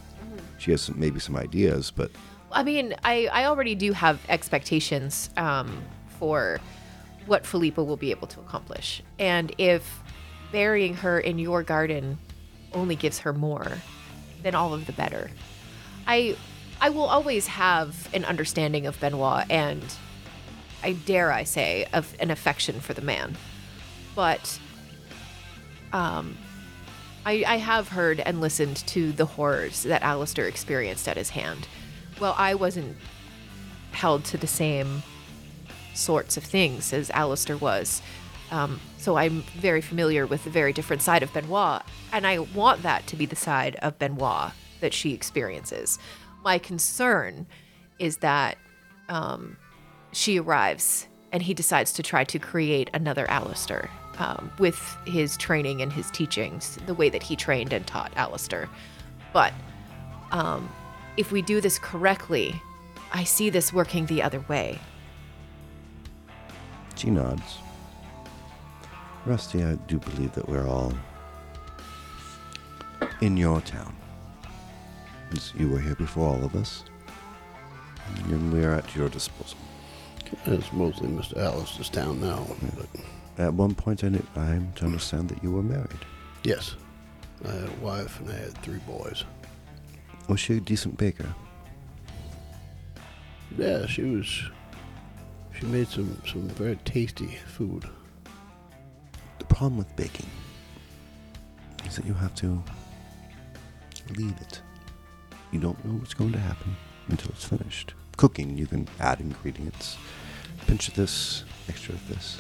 [SPEAKER 1] She has some, maybe some ideas, but
[SPEAKER 2] I mean, I, I already do have expectations um, for what Philippa will be able to accomplish. And if burying her in your garden only gives her more, then all of the better. I I will always have an understanding of Benoit and I dare I say of an affection for the man. But I, I have heard and listened to the horrors that Alistair experienced at his hand. Well, I wasn't held to the same sorts of things as Alistair was. Um, so I'm very familiar with the very different side of Benoit, and I want that to be the side of Benoit that she experiences. My concern is that um, she arrives and he decides to try to create another Alistair um, with his training and his teachings, the way that he trained and taught Alistair. But um, if we do this correctly, I see this working the other way.
[SPEAKER 1] she nods. Rusty, I do believe that we're all in your town. As You were here before all of us, and we are at your disposal.
[SPEAKER 4] It's mostly Mr. Alice's town now, but
[SPEAKER 1] At one point, I knew I'm to understand that you were married.
[SPEAKER 4] yes. I had a wife and I had three boys.
[SPEAKER 1] Was she a decent baker?
[SPEAKER 4] Yeah, she was. She made some some very tasty food.
[SPEAKER 1] The problem with baking is that you have to leave it. You don't know what's going to happen until it's finished. Cooking, you can add ingredients, pinch of this, extra of this.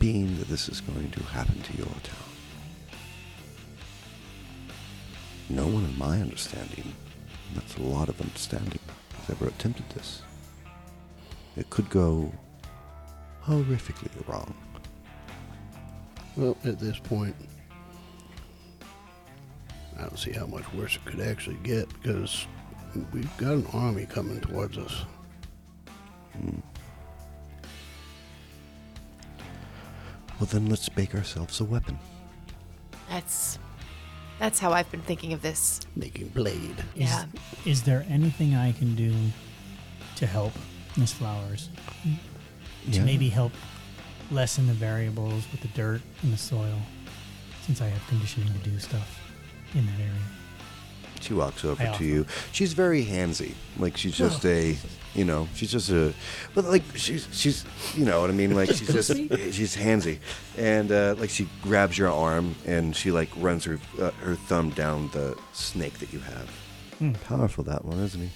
[SPEAKER 1] Being that this is going to happen to your town, no one in my understanding, and that's a lot of understanding, has ever attempted this. It could go horrifically wrong.
[SPEAKER 4] Well, at this point, I don't see how much worse it could actually get because we've got an army coming towards us.
[SPEAKER 1] Well, then let's bake ourselves a weapon.
[SPEAKER 2] That's that's how I've been thinking of this.
[SPEAKER 4] Making blade.
[SPEAKER 3] Is,
[SPEAKER 2] Yeah.
[SPEAKER 3] is there anything I can do to help Miss Flowers? To maybe help lessen the variables with the dirt and the soil, since I have conditioning to do stuff in that area.
[SPEAKER 1] She walks over
[SPEAKER 3] I offer.
[SPEAKER 1] to you. She's very handsy. Like she's
[SPEAKER 3] Oh.
[SPEAKER 1] just a, you know, she's just a, but like she's she's, you know what I mean. Like she's just she's handsy, and uh, like she grabs your arm and she like runs her uh, her thumb down the snake that you have.
[SPEAKER 3] Hmm.
[SPEAKER 1] Powerful that one, isn't he?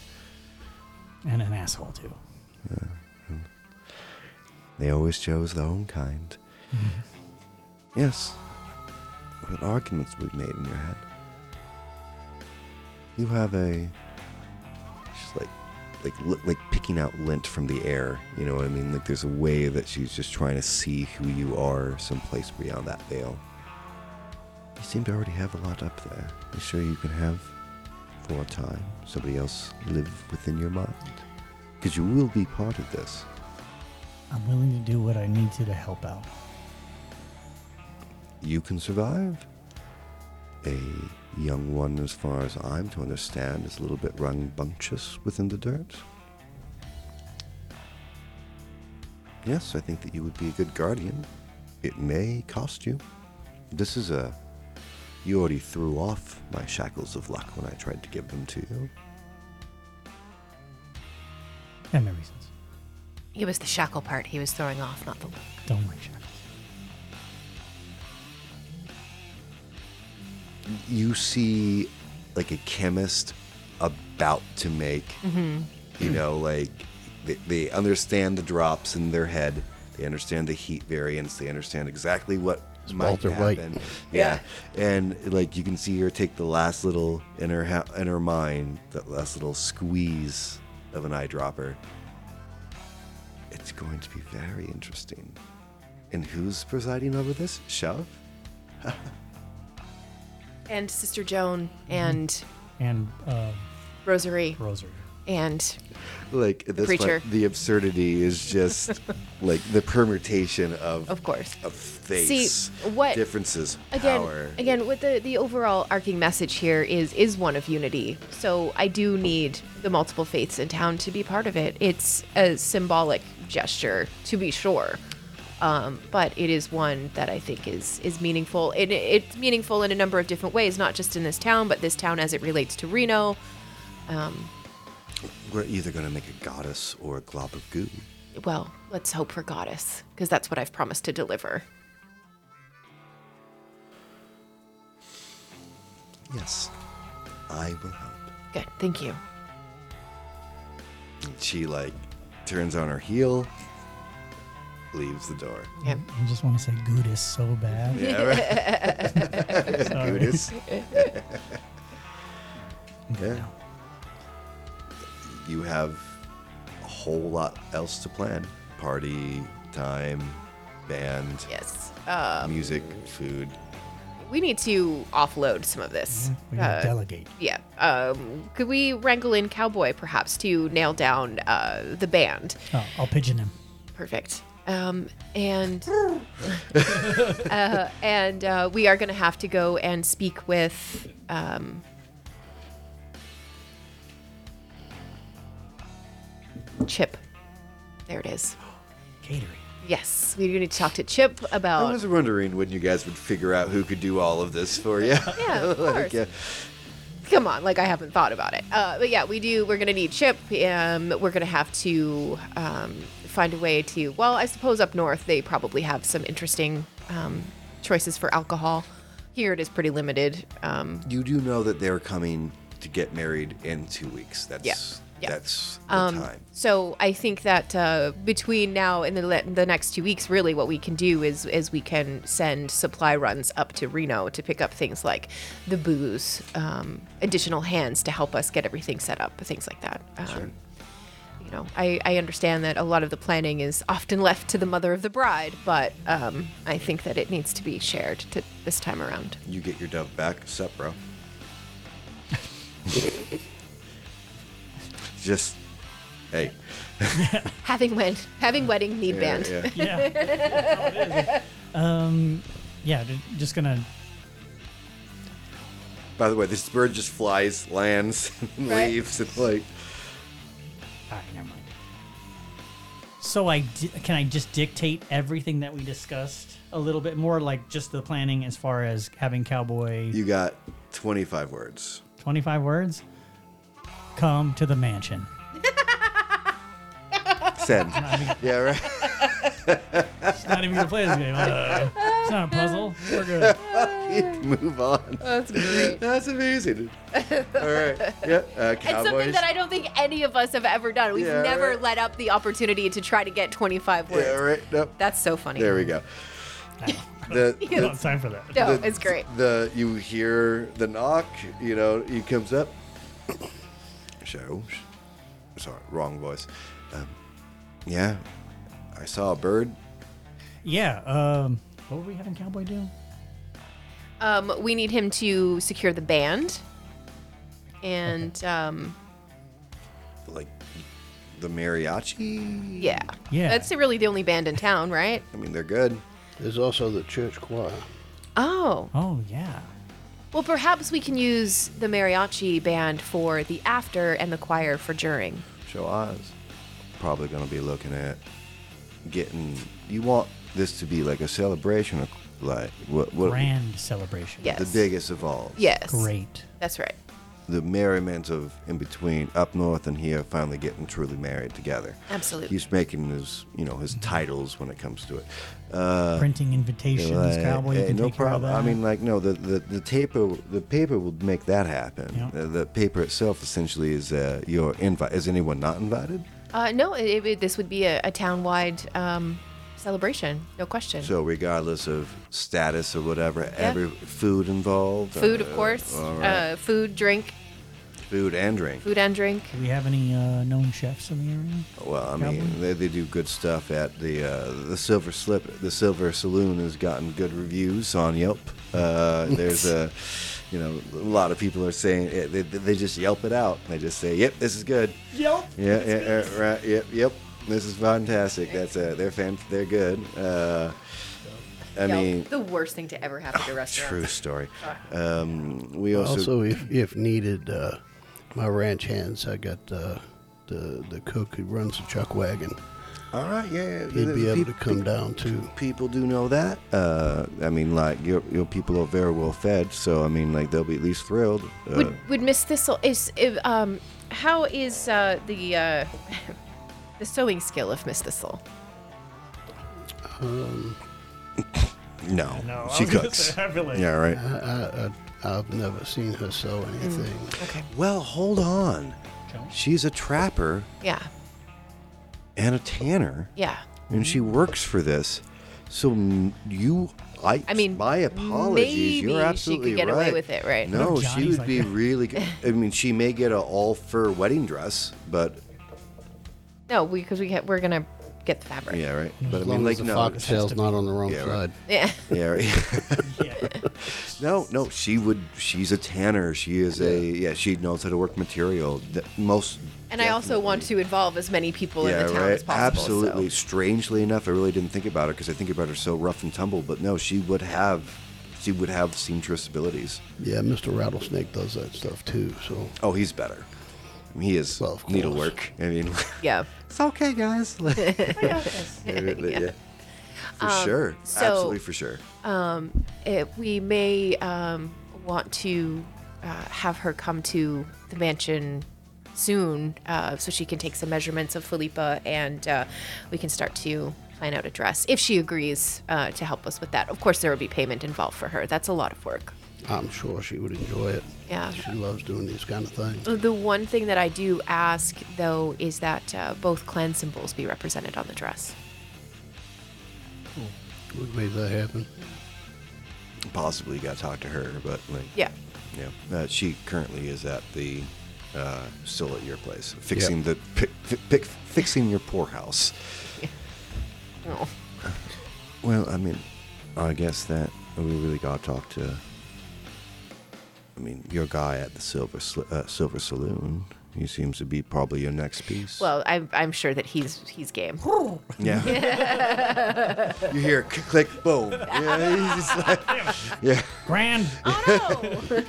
[SPEAKER 3] And an asshole too.
[SPEAKER 1] They always chose their own kind. Yes. What arguments we made in your head. You have a. She's like, like, li- like picking out lint from the air. You know what I mean? Like, there's a way that she's just trying to see who you are, someplace beyond that veil. You seem to already have a lot up there. You sure you can have, for a time, somebody else live within your mind? Because you will be part of this.
[SPEAKER 3] I'm willing to do what I need to to help out.
[SPEAKER 1] you can survive. A young one, as far as I'm to understand, is a little bit rambunctious within the dirt. Yes, I think that you would be a good guardian. It may cost you. This is a. You already threw off my shackles of luck when I tried to give them to you.
[SPEAKER 3] That made reasons.
[SPEAKER 2] It was the shackle part he was throwing off, not the look.
[SPEAKER 3] Don't like shackles.
[SPEAKER 1] You see, like, a chemist about to make, you know, like, they, they understand the drops in their head, they understand the heat variance, they understand exactly what might
[SPEAKER 4] Walter
[SPEAKER 1] happen.
[SPEAKER 4] White.
[SPEAKER 1] Yeah. And like you can see her take the last little in her ha- in her mind, that last little squeeze of an eyedropper. It's going to be very interesting. And who's presiding over this? Shove?
[SPEAKER 2] And Sister Joan and
[SPEAKER 3] And uh,
[SPEAKER 2] Rosary
[SPEAKER 3] rosary.
[SPEAKER 2] and
[SPEAKER 1] Like at this
[SPEAKER 2] preacher.
[SPEAKER 1] point, the absurdity is just like the permutation of
[SPEAKER 2] of course.
[SPEAKER 1] of face
[SPEAKER 2] what-
[SPEAKER 1] differences
[SPEAKER 2] again
[SPEAKER 1] power.
[SPEAKER 2] again what the the overall arcing message here is is one of unity so i do need the multiple faiths in town to be part of it it's a symbolic gesture to be sure um, but it is one that i think is is meaningful it, it's meaningful in a number of different ways not just in this town but this town as it relates to reno
[SPEAKER 1] We're either going to make a goddess or a glob of goo.
[SPEAKER 2] well let's hope for goddess because that's what i've promised to deliver
[SPEAKER 1] Yes, I will help.
[SPEAKER 2] good thank you
[SPEAKER 1] She like turns on her heel, leaves the door.
[SPEAKER 2] okay.
[SPEAKER 3] I just want to say good is so bad.
[SPEAKER 1] Yeah, right.
[SPEAKER 3] Sorry.
[SPEAKER 1] Judas. yeah. You have a whole lot else to plan: party, time, band,
[SPEAKER 2] yes Uh,
[SPEAKER 1] music, food.
[SPEAKER 2] we need to offload some of this
[SPEAKER 3] Mm-hmm. We gotta
[SPEAKER 2] Uh,
[SPEAKER 3] delegate.
[SPEAKER 2] Yeah. Um, could we wrangle in Cowboy perhaps to nail down uh, the band?
[SPEAKER 3] Oh, I'll pigeon him.
[SPEAKER 2] Perfect. Um, and uh, and uh, we are going to have to go and speak with. Um, Chip. There it is.
[SPEAKER 3] Catering.
[SPEAKER 2] Yes, we do need to talk to Chip
[SPEAKER 1] I
[SPEAKER 2] about.
[SPEAKER 1] was wondering when you guys would figure out who could do all of this for you.
[SPEAKER 2] yeah, of course.
[SPEAKER 1] Like, uh,
[SPEAKER 2] come on like i haven't thought about it uh, but yeah we do we're gonna need chip um, we're gonna have to um, find a way to well i suppose up north they probably have some interesting um, choices for alcohol here it is pretty limited um,
[SPEAKER 1] You do know that they're coming to get married in two weeks. That's
[SPEAKER 2] yeah.
[SPEAKER 1] that's the
[SPEAKER 2] um,
[SPEAKER 1] time.
[SPEAKER 2] so i think that uh, between now and the, le- the next two weeks really what we can do is is we can send supply runs up to reno to pick up things like the booze um, additional hands to help us get everything set up things like that um, you know, I, I understand that a lot of the planning is often left to the mother of the bride, but um, I think that it needs to be shared to this time around.
[SPEAKER 1] You get your dove back. Sup, bro? Just, hey.
[SPEAKER 2] Having wed- having wedding need band.
[SPEAKER 1] Yeah, yeah.
[SPEAKER 3] Yeah. um, yeah, d- just gonna.
[SPEAKER 1] By the way, this bird just flies, lands, and
[SPEAKER 2] Right.
[SPEAKER 1] leaves. It's like,
[SPEAKER 3] All right, never mind. So I di- can I just dictate everything that we discussed a little bit more, like just the planning as far as having cowboy.
[SPEAKER 1] you got 25 words.
[SPEAKER 3] Twenty-five words. Come to the mansion.
[SPEAKER 1] Send. yeah, right.
[SPEAKER 3] It's not even gonna play this game. Uh, it's not a puzzle. We're good.
[SPEAKER 1] Move on.
[SPEAKER 2] That's great.
[SPEAKER 1] That's amazing. All right. Yeah. Uh,
[SPEAKER 2] It's something
[SPEAKER 1] cowboys.
[SPEAKER 2] that I don't think any of us have ever done. We've
[SPEAKER 1] Yeah,
[SPEAKER 2] never
[SPEAKER 1] right.
[SPEAKER 2] let up the opportunity to try to get 25 words.
[SPEAKER 1] yeah, right. Nope.
[SPEAKER 2] That's so funny.
[SPEAKER 1] There we go. The,
[SPEAKER 3] I
[SPEAKER 1] the-
[SPEAKER 3] don't have time for that.
[SPEAKER 2] No, it's great.
[SPEAKER 1] The you hear the knock. You know he comes up. So, sorry, wrong voice. Um, yeah, I saw a bird.
[SPEAKER 3] Yeah. Um, what were we having cowboy do?
[SPEAKER 2] Um, we need him to secure the band. And um,
[SPEAKER 1] Like the mariachi.
[SPEAKER 2] yeah.
[SPEAKER 3] Yeah.
[SPEAKER 2] That's really the only band in town, right?
[SPEAKER 1] I mean, they're good.
[SPEAKER 4] There's also the church choir.
[SPEAKER 2] Oh.
[SPEAKER 3] Oh yeah.
[SPEAKER 2] Well, perhaps we can use the mariachi band for the after and the choir for during.
[SPEAKER 1] Show eyes. Probably gonna be looking at getting. You want this to be like a celebration, a like what what
[SPEAKER 3] Grand celebration.
[SPEAKER 2] Yes.
[SPEAKER 1] the biggest of all.
[SPEAKER 2] Yes.
[SPEAKER 3] Great.
[SPEAKER 2] That's right.
[SPEAKER 1] The merriment of in between up north and here finally getting truly married together.
[SPEAKER 2] Absolutely.
[SPEAKER 1] He's making his you know his titles when it comes to it.
[SPEAKER 3] Printing invitations,
[SPEAKER 1] Like,
[SPEAKER 3] cowboy. you
[SPEAKER 1] hey,
[SPEAKER 3] can
[SPEAKER 1] no
[SPEAKER 3] take care of
[SPEAKER 1] problem. I
[SPEAKER 3] that.
[SPEAKER 1] mean, like, no, the, the, the paper the paper will make that happen.
[SPEAKER 3] Yeah.
[SPEAKER 1] The, the paper itself essentially is uh, your invite. Is anyone not invited?
[SPEAKER 2] Uh, no, it, it, would- this would be a, a town-wide um, celebration, no question.
[SPEAKER 1] So regardless of status or whatever,
[SPEAKER 2] Yeah.
[SPEAKER 1] every food involved.
[SPEAKER 2] food,
[SPEAKER 1] uh,
[SPEAKER 2] of course.
[SPEAKER 1] all right.
[SPEAKER 2] Uh, food, drink,
[SPEAKER 1] food and drink.
[SPEAKER 2] food and drink.
[SPEAKER 3] Do we have any uh, known chefs in the area?
[SPEAKER 1] Well, I mean,
[SPEAKER 3] Cowboy?
[SPEAKER 1] they, they do good stuff at the uh, the Silver Slip. The Silver Saloon has gotten good reviews on Yelp. Uh, there's a, you know, a lot of people are saying it, they, they just Yelp it out. They just say, "Yep, this is good."
[SPEAKER 3] Yelp.
[SPEAKER 1] Yeah, yeah, uh, right. Yep, yep. This is fantastic. That's uh, they're fan. They're good. Uh, I mean, oh,
[SPEAKER 2] the worst thing to ever happen to restaurants.
[SPEAKER 1] true story. Um, we also,
[SPEAKER 4] Also, if, if needed, uh, my ranch hands, I got uh, the the cook who runs the chuck wagon.
[SPEAKER 1] all right. Yeah, yeah,
[SPEAKER 4] He'd be able to
[SPEAKER 1] peop-
[SPEAKER 4] come down too.
[SPEAKER 1] people do know that. Uh, I mean, like your your people are very well fed, so I mean, like they'll be at least thrilled. Uh,
[SPEAKER 2] would would Miss Thistle is if, um how is uh, the uh, the sewing skill of Miss Thistle?
[SPEAKER 1] no,
[SPEAKER 3] No, I
[SPEAKER 1] she
[SPEAKER 3] was gonna
[SPEAKER 1] cooks.
[SPEAKER 3] say, I relate.
[SPEAKER 1] yeah, right.
[SPEAKER 4] I, I, I, I've never seen her sew anything.
[SPEAKER 2] Okay.
[SPEAKER 1] Well, hold on.
[SPEAKER 3] Don't.
[SPEAKER 1] She's a trapper
[SPEAKER 2] Yeah.
[SPEAKER 1] and a tanner,
[SPEAKER 2] Yeah.
[SPEAKER 1] and she works for this. So n- you, I,
[SPEAKER 2] I mean,
[SPEAKER 1] my apologies.
[SPEAKER 2] maybe she
[SPEAKER 1] You're
[SPEAKER 2] could
[SPEAKER 1] absolutely
[SPEAKER 2] get away
[SPEAKER 1] right.
[SPEAKER 2] with it, right?
[SPEAKER 3] What
[SPEAKER 1] No,
[SPEAKER 3] if
[SPEAKER 1] she
[SPEAKER 3] Johnny's
[SPEAKER 1] would
[SPEAKER 3] like
[SPEAKER 1] be
[SPEAKER 3] that?
[SPEAKER 1] really. Good. I mean, she may get a all fur wedding dress, but
[SPEAKER 2] No, because we, get, we're gonna get the fabric.
[SPEAKER 1] yeah, right. But I
[SPEAKER 4] As
[SPEAKER 1] mean,
[SPEAKER 4] long
[SPEAKER 1] like
[SPEAKER 4] as the
[SPEAKER 1] no,
[SPEAKER 4] foxtail's not on the wrong
[SPEAKER 1] Yeah, right.
[SPEAKER 4] side.
[SPEAKER 2] Yeah.
[SPEAKER 1] yeah. Right.
[SPEAKER 3] Yeah.
[SPEAKER 1] No, no, she would. She's a tanner. She is a yeah. She knows how to work material. Th- Most
[SPEAKER 2] And I also want to involve as many people
[SPEAKER 1] yeah,
[SPEAKER 2] in the town
[SPEAKER 1] right.
[SPEAKER 2] as possible.
[SPEAKER 1] Absolutely.
[SPEAKER 2] so-
[SPEAKER 1] Strangely enough, I really didn't think about her because I think about her so rough and tumble. But no, she would have, she would have seamstress abilities.
[SPEAKER 4] Yeah, Mr. Rattlesnake does that stuff too. So
[SPEAKER 1] Oh, he's better. I mean, he is
[SPEAKER 4] Well, of course.
[SPEAKER 1] needlework. I mean,
[SPEAKER 2] Yeah.
[SPEAKER 1] it's okay, guys. yeah. For sure.
[SPEAKER 2] so-
[SPEAKER 1] Absolutely for sure.
[SPEAKER 2] It, Eh, we may um, want to uh, have her come to the mansion soon uh, so she can take some measurements of Philippa and uh, we can start to plan out a dress if she agrees uh, to help us with that. Of course, there would be payment involved for her. That's a lot of work.
[SPEAKER 4] I'm sure she would enjoy it.
[SPEAKER 2] Yeah.
[SPEAKER 4] She loves doing these kind of things.
[SPEAKER 2] Uh, The one thing that I do ask, though, is that uh, both clan symbols be represented on the dress. Uh-huh.
[SPEAKER 4] We made that happen.
[SPEAKER 1] Possibly you got to talk to her, but like
[SPEAKER 2] Yeah.
[SPEAKER 1] Yeah, uh, she currently is at the uh, still at your place, fixing the pic, fi- pic, fixing your poorhouse.
[SPEAKER 2] Oh.
[SPEAKER 1] Well, I mean, I guess that we really got to talk to. I mean, your guy at the silver Sli- uh, silver saloon. He seems to be probably your next piece.
[SPEAKER 2] Well, I'm, I'm sure that he's he's game.
[SPEAKER 1] yeah. you hear click, click, boom. Yeah, he's just like, yeah.
[SPEAKER 3] Grand.
[SPEAKER 2] Oh no!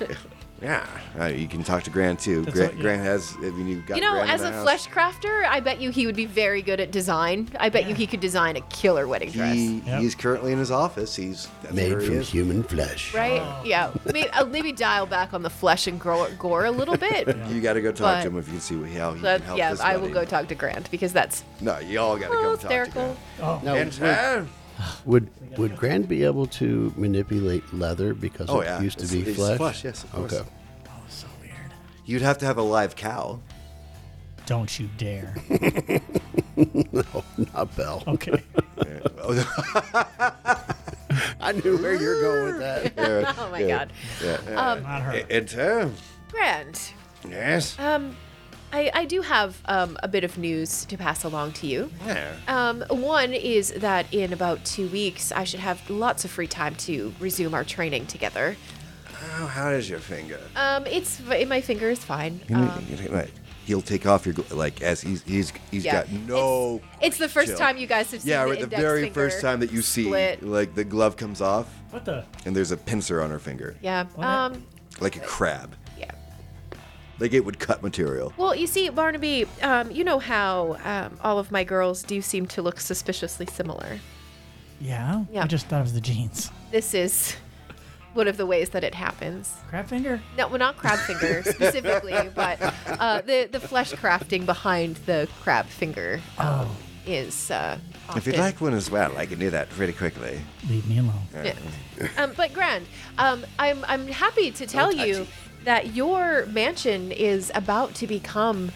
[SPEAKER 1] Yeah, Uh, you can talk to Grant too.
[SPEAKER 3] That's
[SPEAKER 1] Grant,
[SPEAKER 3] what- yeah.
[SPEAKER 1] Grant has. I mean, you've got.
[SPEAKER 2] you know,
[SPEAKER 1] Grant in
[SPEAKER 2] as
[SPEAKER 1] the
[SPEAKER 2] a
[SPEAKER 1] house.
[SPEAKER 2] flesh crafter, I bet you he would be very good at design. I bet you he could design a killer wedding dress.
[SPEAKER 1] He,
[SPEAKER 3] Yep.
[SPEAKER 1] He's currently in his office. He's that's where
[SPEAKER 4] Made
[SPEAKER 1] he
[SPEAKER 4] from
[SPEAKER 1] is.
[SPEAKER 4] human flesh.
[SPEAKER 2] Right? Yeah. Maybe, uh, maybe dial back on the flesh and gore, gore a little bit.
[SPEAKER 1] You got to go talk
[SPEAKER 2] But-
[SPEAKER 1] to him if you can see what- how he
[SPEAKER 2] But
[SPEAKER 1] can help
[SPEAKER 2] yeah,
[SPEAKER 1] this
[SPEAKER 2] I will
[SPEAKER 1] buddy.
[SPEAKER 2] go talk to Grant because that's
[SPEAKER 1] No, you all got to
[SPEAKER 2] a little
[SPEAKER 1] come talk to
[SPEAKER 2] hysterical.
[SPEAKER 1] him.
[SPEAKER 3] Oh,
[SPEAKER 4] Now,
[SPEAKER 1] And
[SPEAKER 4] would, would would Grand be able to manipulate leather because
[SPEAKER 1] Oh,
[SPEAKER 4] it
[SPEAKER 1] yeah.
[SPEAKER 4] used to
[SPEAKER 1] It's-
[SPEAKER 4] be
[SPEAKER 1] it's
[SPEAKER 4] flesh?
[SPEAKER 1] flesh, yes, of course.
[SPEAKER 4] Okay.
[SPEAKER 3] oh, so weird.
[SPEAKER 1] you'd have to have a live cow.
[SPEAKER 3] Don't you dare.
[SPEAKER 4] Not Bell.
[SPEAKER 3] Okay.
[SPEAKER 1] oh
[SPEAKER 4] I knew where you're going with that.
[SPEAKER 2] Oh my god.
[SPEAKER 1] Um,
[SPEAKER 3] Not her.
[SPEAKER 1] It's him.
[SPEAKER 2] Grant,
[SPEAKER 1] Yes.
[SPEAKER 2] I, I do have um, a bit of news to pass along to you.
[SPEAKER 1] yeah.
[SPEAKER 2] Um, one is that in about two weeks, I should have lots of free time to resume our training together.
[SPEAKER 1] How how is your finger?
[SPEAKER 2] Um, it's my finger is fine.
[SPEAKER 1] You
[SPEAKER 2] Um,
[SPEAKER 1] know, you know, like, he'll take off your gl- like as he's he's he's
[SPEAKER 2] Yeah.
[SPEAKER 1] got no.
[SPEAKER 2] It's- it's the first
[SPEAKER 1] chill.
[SPEAKER 2] time you guys have seen
[SPEAKER 1] Yeah,
[SPEAKER 2] the
[SPEAKER 1] right. The
[SPEAKER 2] index
[SPEAKER 1] very
[SPEAKER 2] finger
[SPEAKER 1] first time that you see,
[SPEAKER 2] split.
[SPEAKER 1] like the glove comes off,
[SPEAKER 3] What the?
[SPEAKER 1] and there's a pincer on her finger,
[SPEAKER 2] Yeah.
[SPEAKER 3] What?
[SPEAKER 2] Um,
[SPEAKER 1] like a crab.
[SPEAKER 2] yeah.
[SPEAKER 1] Like it would cut material.
[SPEAKER 2] Well, you see, Barnaby, um, you know how um, all of my girls do seem to look suspiciously similar.
[SPEAKER 3] Yeah?
[SPEAKER 2] Yeah.
[SPEAKER 3] I just thought it was the jeans.
[SPEAKER 2] This is one of the ways that it happens.
[SPEAKER 3] Crab finger?
[SPEAKER 2] No, well, not crab finger specifically, but uh, the the flesh crafting behind the crab finger um, is. Uh,
[SPEAKER 1] If you'd
[SPEAKER 2] often-
[SPEAKER 1] like one as well, I can do that pretty quickly.
[SPEAKER 3] Leave me alone.
[SPEAKER 2] Yeah. um, but Grand, um, I'm I'm happy to tell you that your mansion is about to become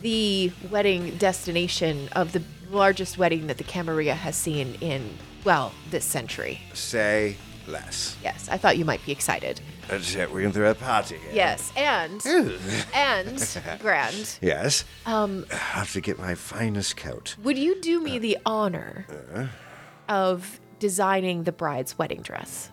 [SPEAKER 2] the wedding destination of the largest wedding that the Camarilla has seen in well this century.
[SPEAKER 1] Say less.
[SPEAKER 2] Yes, I thought you might be excited.
[SPEAKER 1] That's it. We're going to throw a party.
[SPEAKER 2] Yes, and and Grand,
[SPEAKER 1] Yes. Um, I have to get my finest coat.
[SPEAKER 2] would you do me the honor of designing the bride's wedding dress?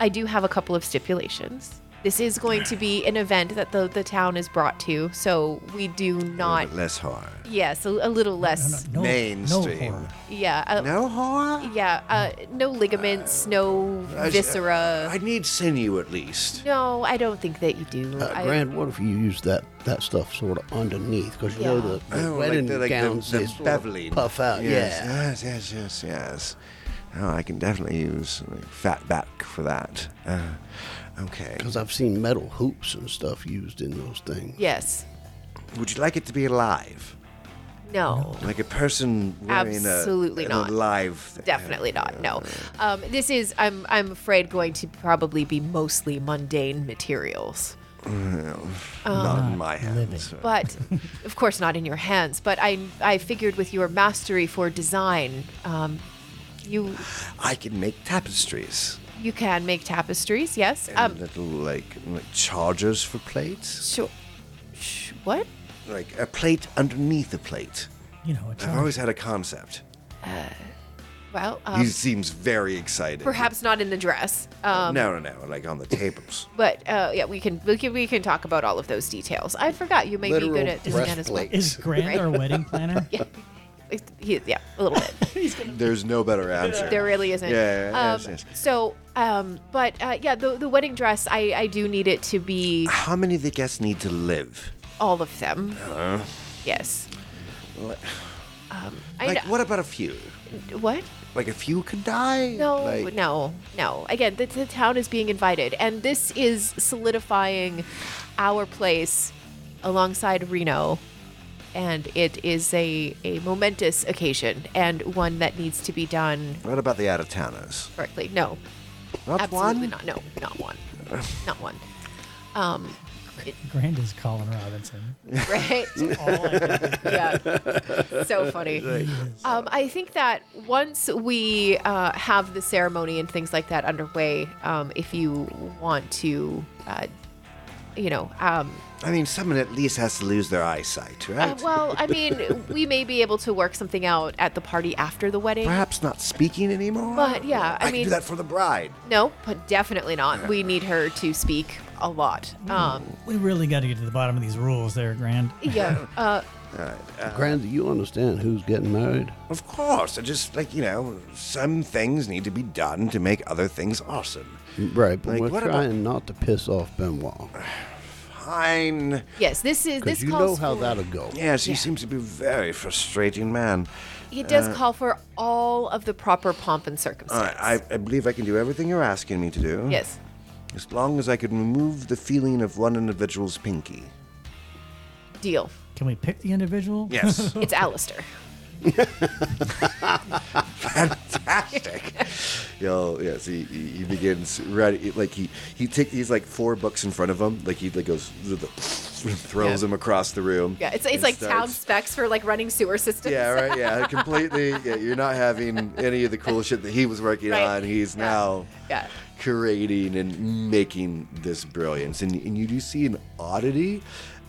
[SPEAKER 2] I do have a couple of stipulations. This is going to be an event that the, the town is brought to, so we do not.
[SPEAKER 1] But less horror.
[SPEAKER 2] Yes, a, a little less.
[SPEAKER 3] No,
[SPEAKER 1] Mainstream.
[SPEAKER 3] No horror.
[SPEAKER 2] Yeah. uh,
[SPEAKER 1] No horror?
[SPEAKER 2] Yeah. Uh, no ligaments, no
[SPEAKER 1] I-
[SPEAKER 2] viscera.
[SPEAKER 1] I need sinew at least.
[SPEAKER 2] no, I don't think that you do.
[SPEAKER 4] Uh,
[SPEAKER 2] I-
[SPEAKER 4] Grand, what if you use that, that stuff sort of underneath? Because you know
[SPEAKER 2] Yeah.
[SPEAKER 4] the,
[SPEAKER 1] Oh,
[SPEAKER 4] the
[SPEAKER 1] like
[SPEAKER 4] wedding
[SPEAKER 1] the- like the-
[SPEAKER 4] gowns
[SPEAKER 1] the
[SPEAKER 4] they sort of
[SPEAKER 1] beveling.
[SPEAKER 4] puff out.
[SPEAKER 1] Yes, Ah.
[SPEAKER 4] Yeah.
[SPEAKER 1] yes, yes, yes, yes. Oh, I can definitely use like, fat back for that. Uh, okay.
[SPEAKER 4] Because I've seen metal hoops and stuff used in those things.
[SPEAKER 2] yes.
[SPEAKER 1] Would you like it to be alive?
[SPEAKER 2] No.
[SPEAKER 1] Like a person wearing
[SPEAKER 2] Absolutely
[SPEAKER 1] a,
[SPEAKER 2] not.
[SPEAKER 1] an alive.
[SPEAKER 2] Definitely not. No. Um, this is. I'm. I'm afraid going to probably be mostly mundane materials.
[SPEAKER 1] not in my
[SPEAKER 3] living.
[SPEAKER 1] hands.
[SPEAKER 2] but of course not in your hands. But I, I figured with your mastery for design, um, you
[SPEAKER 1] I can make tapestries
[SPEAKER 2] you can make tapestries. Yes.
[SPEAKER 1] and
[SPEAKER 2] Um,
[SPEAKER 1] little like like chargers for plates,
[SPEAKER 2] sure. Sh- what?
[SPEAKER 1] like a plate underneath a plate.
[SPEAKER 3] You know, it's
[SPEAKER 2] Oh.
[SPEAKER 1] I've always had a concept.
[SPEAKER 2] Well, um,
[SPEAKER 1] he seems very excited.
[SPEAKER 2] perhaps not in the dress. Um,
[SPEAKER 1] no, no, no. Like on the tables.
[SPEAKER 2] But uh, yeah, we can, we can we can talk about all of those details. I forgot you may be good
[SPEAKER 4] Literal
[SPEAKER 2] at design as well.
[SPEAKER 4] breastplate.
[SPEAKER 3] Is Grant
[SPEAKER 2] Right?
[SPEAKER 3] our wedding planner?
[SPEAKER 2] Yeah. He- yeah, a little bit.
[SPEAKER 1] There's no better answer.
[SPEAKER 2] There really isn't.
[SPEAKER 1] Yeah, yeah,
[SPEAKER 2] um,
[SPEAKER 1] yes, yes.
[SPEAKER 2] So, um, but uh, yeah, the, the wedding dress, I, I do need it to be
[SPEAKER 1] How many of the guests need to live?
[SPEAKER 2] all of them.
[SPEAKER 1] Uh-huh.
[SPEAKER 2] Yes. Um, I
[SPEAKER 1] Like,
[SPEAKER 2] know-
[SPEAKER 1] what about a few?
[SPEAKER 2] what?
[SPEAKER 1] Like, a few could die?
[SPEAKER 2] No,
[SPEAKER 1] Like,
[SPEAKER 2] no, no. Again, the, the town is being invited, and this is solidifying our place alongside Reno. And it is a, a momentous occasion and one that needs to be done
[SPEAKER 1] What about the out of towners?
[SPEAKER 2] correctly. No,
[SPEAKER 1] Not
[SPEAKER 2] absolutely
[SPEAKER 1] one?
[SPEAKER 2] not. No, not one. Not one. Um,
[SPEAKER 3] Grant is Colin Robinson.
[SPEAKER 2] right? yeah. So funny. Um, I think that once we uh, have the ceremony and things like that underway, um, if you want to, uh, you know, um,
[SPEAKER 1] I mean, someone at least has to lose their eyesight, right?
[SPEAKER 2] uh, well, I mean, we may be able to work something out at the party after the wedding.
[SPEAKER 1] Perhaps not speaking anymore.
[SPEAKER 2] But, yeah, I
[SPEAKER 1] I
[SPEAKER 2] mean-
[SPEAKER 1] can do that for the bride.
[SPEAKER 2] No, but definitely not. We need her to speak a lot. Um,
[SPEAKER 3] We really got to get to the bottom of these rules there, Grant.
[SPEAKER 2] yeah. Uh,
[SPEAKER 4] Grand, do you understand who's getting married?
[SPEAKER 1] Of course, I just like you know, some things need to be done to make other things awesome.
[SPEAKER 4] Right, but
[SPEAKER 1] Like,
[SPEAKER 4] we're
[SPEAKER 1] what about-
[SPEAKER 4] trying not to piss off Benoit.
[SPEAKER 1] Fine.
[SPEAKER 2] yes, this is
[SPEAKER 4] Because
[SPEAKER 2] this
[SPEAKER 4] you know
[SPEAKER 2] calls
[SPEAKER 4] how
[SPEAKER 2] for-
[SPEAKER 4] that'll go.
[SPEAKER 1] Yes, he seems to be a very frustrating man.
[SPEAKER 2] It does
[SPEAKER 4] uh,
[SPEAKER 2] call for all of the proper pomp and
[SPEAKER 1] All
[SPEAKER 2] circumstance.
[SPEAKER 1] right, I, I believe I can do everything you're asking me to
[SPEAKER 4] Uh,
[SPEAKER 1] do.
[SPEAKER 2] yes.
[SPEAKER 1] As long as I can remove the feeling of one individual's pinky.
[SPEAKER 2] Deal.
[SPEAKER 3] Can we pick the individual?
[SPEAKER 1] Yes.
[SPEAKER 2] It's Alistair.
[SPEAKER 1] Fantastic. Yo, yes, he, he, he begins right like he he takes he's like four books in front of him, like he like goes and throws
[SPEAKER 2] Yeah.
[SPEAKER 1] him across the room.
[SPEAKER 2] Yeah, it's, it's
[SPEAKER 1] and
[SPEAKER 2] like town
[SPEAKER 1] starts-
[SPEAKER 2] specs for like running sewer systems.
[SPEAKER 1] Yeah, right. Yeah, completely. Yeah, you're not having any of the cool shit that he was working
[SPEAKER 2] Right.
[SPEAKER 1] on. He's
[SPEAKER 2] Yeah.
[SPEAKER 1] now
[SPEAKER 2] Yeah.
[SPEAKER 1] creating and making this brilliance. And, and you do see an oddity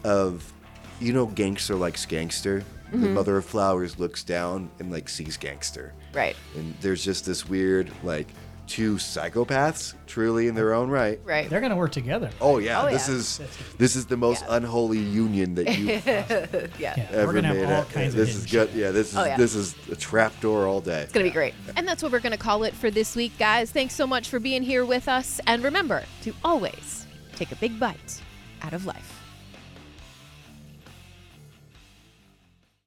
[SPEAKER 1] of, you know, gangster likes gangster.
[SPEAKER 2] Mm-hmm.
[SPEAKER 1] The mother of flowers looks down and like sees gangster.
[SPEAKER 2] Right.
[SPEAKER 1] And there's just this weird like two psychopaths, truly in their own right.
[SPEAKER 2] Right.
[SPEAKER 3] They're going to work together.
[SPEAKER 1] Oh yeah,
[SPEAKER 2] Oh,
[SPEAKER 1] this
[SPEAKER 2] yeah.
[SPEAKER 1] is this is the most
[SPEAKER 2] Yeah.
[SPEAKER 1] unholy union that you have
[SPEAKER 2] yeah.
[SPEAKER 3] Yeah,
[SPEAKER 1] ever
[SPEAKER 3] we're going to
[SPEAKER 1] made.
[SPEAKER 3] have all
[SPEAKER 1] Uh,
[SPEAKER 3] kinds of
[SPEAKER 1] this
[SPEAKER 3] hidden
[SPEAKER 1] is good. Yeah, this is
[SPEAKER 2] Oh, yeah.
[SPEAKER 1] this is a trap door all day.
[SPEAKER 2] It's going to be great.
[SPEAKER 5] And that's what we're going to call it for this week, guys. Thanks so much for being here with us. And remember to always take a big bite out of life.